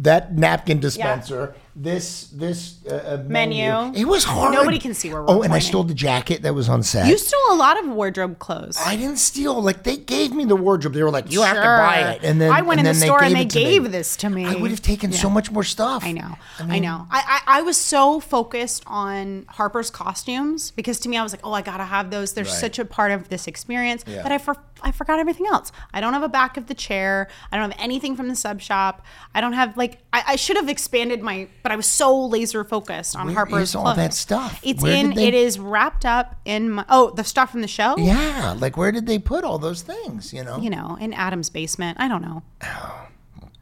[SPEAKER 2] That napkin dispenser, this this uh, uh, menu.
[SPEAKER 1] Menu.
[SPEAKER 2] It was hard.
[SPEAKER 1] Nobody can see where we're
[SPEAKER 2] Oh, and I
[SPEAKER 1] pointing.
[SPEAKER 2] stole the jacket that was on set.
[SPEAKER 1] You stole a lot of wardrobe clothes.
[SPEAKER 2] I didn't steal. Like they gave me the wardrobe. They were like, "You have to buy it." And then
[SPEAKER 1] I went
[SPEAKER 2] and
[SPEAKER 1] in
[SPEAKER 2] then
[SPEAKER 1] the store and they
[SPEAKER 2] it to
[SPEAKER 1] gave
[SPEAKER 2] me.
[SPEAKER 1] this to me.
[SPEAKER 2] I would have taken so much more stuff.
[SPEAKER 1] I know. I, know. I, I, I was so focused on Harper's costumes because to me, I was like, oh, I got to have those. They're such a part of this experience
[SPEAKER 2] Yeah.
[SPEAKER 1] that I, for, I forgot everything else. I don't have a back of the chair. I don't have anything from the sub shop. I don't have, like, I, I should have expanded my, but I was so laser focused on
[SPEAKER 2] Where
[SPEAKER 1] Harper's
[SPEAKER 2] is all that
[SPEAKER 1] clothes.
[SPEAKER 2] stuff?
[SPEAKER 1] It's
[SPEAKER 2] Where
[SPEAKER 1] in,
[SPEAKER 2] did they-
[SPEAKER 1] it is wrapped up in my, oh, the stuff from the show?
[SPEAKER 2] Yeah, like where did they put all those things? You know.
[SPEAKER 1] You know, in Adam's basement. I don't know.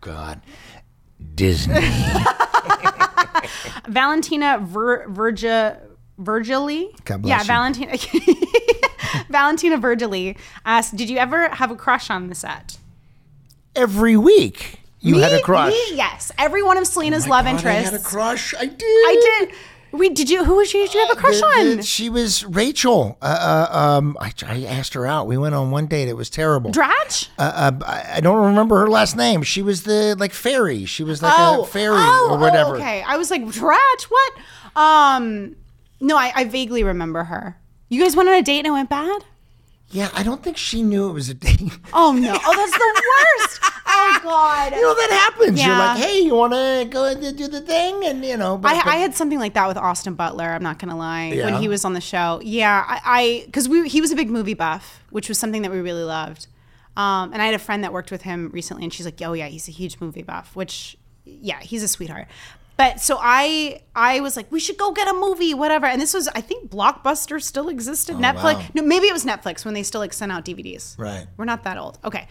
[SPEAKER 2] God, Disney.
[SPEAKER 1] Valentina Vir- Virgia Virgili.
[SPEAKER 2] God bless
[SPEAKER 1] yeah,
[SPEAKER 2] you.
[SPEAKER 1] Valentina Valentina Virgili asked, "Did you ever have a crush on the set?"
[SPEAKER 2] Every week you had a
[SPEAKER 1] Me-
[SPEAKER 2] crush. Oh
[SPEAKER 1] me, yes, every one of Selena's love
[SPEAKER 2] God, I
[SPEAKER 1] interests.
[SPEAKER 2] had a
[SPEAKER 1] I,
[SPEAKER 2] crush. I did.
[SPEAKER 1] did. We did you? Who was she? Did you have a crush
[SPEAKER 2] The- the-
[SPEAKER 1] on?
[SPEAKER 2] she was Rachel. Uh, uh, um, I, I asked her out. We went on one date. It was terrible.
[SPEAKER 1] Dratch?
[SPEAKER 2] uh, uh, I I don't remember her last name. She was the like fairy. She was like a uh, fairy
[SPEAKER 1] oh,
[SPEAKER 2] or whatever.
[SPEAKER 1] Oh, okay, I was like Dratch. What? Um, no, I, I vaguely remember her. You guys went on a date and it went bad.
[SPEAKER 2] Yeah, I don't think she knew it was a date.
[SPEAKER 1] Oh no! Oh, that's the worst. oh god.
[SPEAKER 2] you know that happens. You're
[SPEAKER 1] Yeah.
[SPEAKER 2] like, hey, you want to go and do the thing, and you know. But, but-
[SPEAKER 1] I, I had something like that with Austin Butler. I'm not gonna lie.
[SPEAKER 2] Yeah.
[SPEAKER 1] When he was on the show, yeah, I because we he was a big movie buff, which was something that we really loved. Um, and I had a friend that worked with him recently, and she's like, "Oh yeah, he's a huge movie buff." Which, yeah, he's a sweetheart. But so I I was like, we should go get a movie, whatever. And this was I think Blockbuster still existed. Netflix,
[SPEAKER 2] Oh, wow.
[SPEAKER 1] no, maybe it was Netflix when they still like sent out DVDs.
[SPEAKER 2] Right.
[SPEAKER 1] We're not that old. Okay.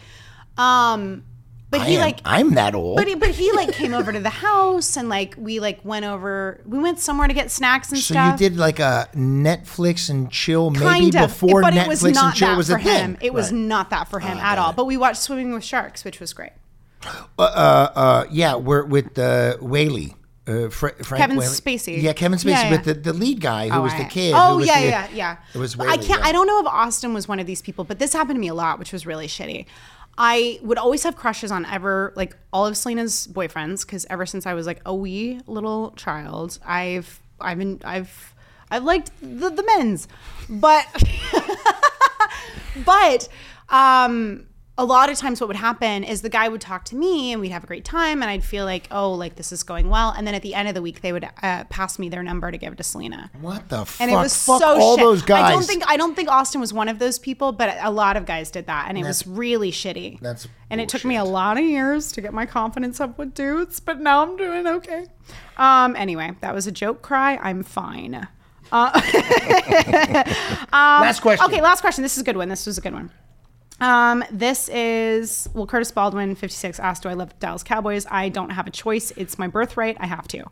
[SPEAKER 1] Um, but
[SPEAKER 2] I
[SPEAKER 1] he
[SPEAKER 2] am-
[SPEAKER 1] like
[SPEAKER 2] I'm that old.
[SPEAKER 1] but he, but he like came over to the house and like we like went over. We went somewhere to get snacks and
[SPEAKER 2] so
[SPEAKER 1] stuff.
[SPEAKER 2] you did like a Netflix and chill, maybe
[SPEAKER 1] kind of,
[SPEAKER 2] before
[SPEAKER 1] but
[SPEAKER 2] Netflix
[SPEAKER 1] it was not
[SPEAKER 2] and chill
[SPEAKER 1] that
[SPEAKER 2] was
[SPEAKER 1] for
[SPEAKER 2] a thing.
[SPEAKER 1] him. It was
[SPEAKER 2] Right. Oh,
[SPEAKER 1] not that for him at all. But we watched Swimming with Sharks, which was great.
[SPEAKER 2] Uh, yeah, we're with uh, Whaley. Uh, Fra- Frank
[SPEAKER 1] Kevin
[SPEAKER 2] Whaley.
[SPEAKER 1] Spacey.
[SPEAKER 2] Yeah, Kevin Spacey,
[SPEAKER 1] Yeah, yeah.
[SPEAKER 2] but the, the lead guy who was the
[SPEAKER 1] I-
[SPEAKER 2] kid.
[SPEAKER 1] Oh
[SPEAKER 2] who was
[SPEAKER 1] yeah,
[SPEAKER 2] the-
[SPEAKER 1] yeah, yeah.
[SPEAKER 2] It was
[SPEAKER 1] But
[SPEAKER 2] Whaley.
[SPEAKER 1] I can't.
[SPEAKER 2] yeah.
[SPEAKER 1] I don't know if Austin was one of these people, but this happened to me a lot, which was really shitty. I would always have crushes on ever like all of Selena's boyfriends because ever since I was like a wee little child, I've I've been I've I've liked the, the men's, but but um a lot of times what would happen is the guy would talk to me and we'd have a great time and I'd feel like, oh, like this is going well. And then at the end of the week, they would uh, pass me their number to give to Selena.
[SPEAKER 2] What the fuck?
[SPEAKER 1] And it was
[SPEAKER 2] fuck
[SPEAKER 1] so
[SPEAKER 2] all
[SPEAKER 1] shit.
[SPEAKER 2] those guys.
[SPEAKER 1] I don't think I don't think Austin was one of those people, but a lot of guys did that, and it was really shitty.
[SPEAKER 2] that's
[SPEAKER 1] and it took me a lot of years to get my confidence up with dudes, but now I'm doing okay. Um. Anyway, that was a joke. Cry. I'm fine.
[SPEAKER 2] Last question.
[SPEAKER 1] Okay, last question. This is a good one. This was a good one. Um, this is well, Curtis Baldwin, 56, asked, "Do I love Dallas Cowboys?" I don't have a choice. It's my birthright. I have to.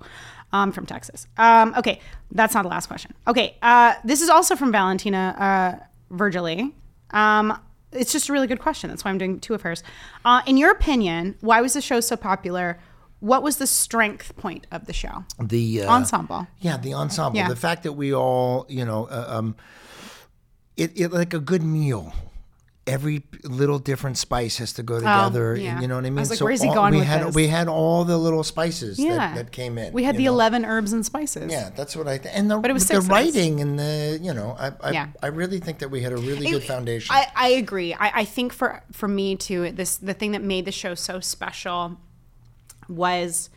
[SPEAKER 1] Um, from Texas. Um, okay, that's not the last question. Okay, uh, this is also from Valentina uh, Virgili. Um, it's just a really good question. That's why I'm doing two of hers. Uh, in your opinion, why was the show so popular? What was the strength point of the show?
[SPEAKER 2] The uh,
[SPEAKER 1] Ensemble.
[SPEAKER 2] Yeah, the ensemble.
[SPEAKER 1] Yeah.
[SPEAKER 2] The fact that we all, you know, uh, um, it, it like a good meal. Every little different spice has to go together.
[SPEAKER 1] Oh, yeah.
[SPEAKER 2] and you know what I
[SPEAKER 1] I
[SPEAKER 2] mean?
[SPEAKER 1] was like, where's he
[SPEAKER 2] all-
[SPEAKER 1] going
[SPEAKER 2] we
[SPEAKER 1] with
[SPEAKER 2] had
[SPEAKER 1] this?
[SPEAKER 2] we had all the little spices
[SPEAKER 1] Yeah,
[SPEAKER 2] that, that came in.
[SPEAKER 1] We had
[SPEAKER 2] you
[SPEAKER 1] the
[SPEAKER 2] know?
[SPEAKER 1] eleven herbs and spices.
[SPEAKER 2] Yeah, that's what I think. And the,
[SPEAKER 1] it was
[SPEAKER 2] the
[SPEAKER 1] six nights.
[SPEAKER 2] writing and the, you know, I I,
[SPEAKER 1] Yeah.
[SPEAKER 2] I really think that we had a really good foundation.
[SPEAKER 1] I, I agree. I, I think for for me too, this the thing that made the show so special was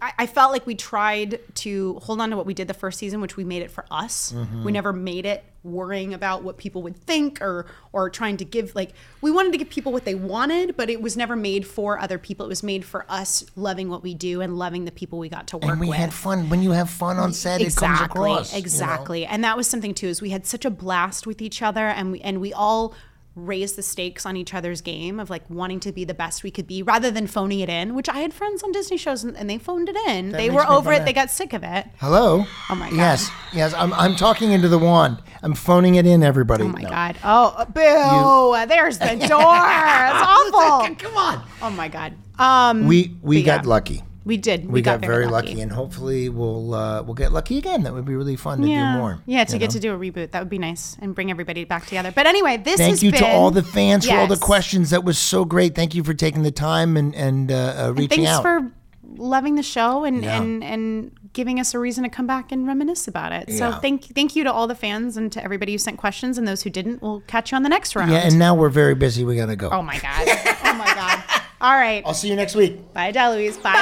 [SPEAKER 1] I, I felt like we tried to hold on to what we did the first season, which we made it for us.
[SPEAKER 2] Mm-hmm.
[SPEAKER 1] We never made it worrying about what people would think or or trying to give like we wanted to give people what they wanted, but it was never made for other people. It was made for us loving what we do and loving the people we got to work
[SPEAKER 2] and we
[SPEAKER 1] with
[SPEAKER 2] had fun. When you have fun on set, it comes
[SPEAKER 1] exactly
[SPEAKER 2] across. you know?
[SPEAKER 1] exactly and that was something too is we had such a blast with each other and we and we all raised the stakes on each other's game of like wanting to be the best we could be rather than phoning it in which i had friends on disney shows and, and they phoned it in they were
[SPEAKER 2] makes me
[SPEAKER 1] over it
[SPEAKER 2] wanna-
[SPEAKER 1] they got sick of it
[SPEAKER 2] Hello. Oh
[SPEAKER 1] my God.
[SPEAKER 2] Yes, yes. I'm, I'm talking into the wand. I'm phoning it in, everybody.
[SPEAKER 1] oh my god oh boo there's the door it's awful come on oh my god um
[SPEAKER 2] We we
[SPEAKER 1] But yeah.
[SPEAKER 2] got lucky.
[SPEAKER 1] we did we,
[SPEAKER 2] We, got, very lucky. and hopefully we'll uh, we'll get lucky again. That would be really fun to
[SPEAKER 1] yeah.
[SPEAKER 2] do more.
[SPEAKER 1] yeah, to
[SPEAKER 2] you
[SPEAKER 1] get to
[SPEAKER 2] know?
[SPEAKER 1] do a reboot. That would be nice and bring everybody back together. But anyway, this
[SPEAKER 2] Thank
[SPEAKER 1] has
[SPEAKER 2] you to
[SPEAKER 1] been-
[SPEAKER 2] all the fans for all the
[SPEAKER 1] Yes.
[SPEAKER 2] questions. That was so great. Thank you for taking the time and and uh, uh, reaching
[SPEAKER 1] thanks
[SPEAKER 2] out.
[SPEAKER 1] for loving the show and, and and giving us a reason to come back and reminisce about it. So thank thank you to all the fans and to everybody who sent questions and those who didn't. We'll catch you on the next round.
[SPEAKER 2] yeah, and now we're very busy. We gotta go.
[SPEAKER 1] oh my god. oh my god. All right.
[SPEAKER 2] I'll see you next week.
[SPEAKER 1] Bye, Deluise. Bye,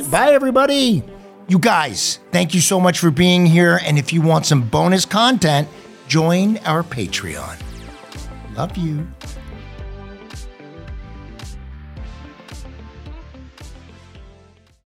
[SPEAKER 1] guys.
[SPEAKER 2] Bye, everybody. You guys, thank you so much for being here. And if you want some bonus content, join our Patreon. Love you.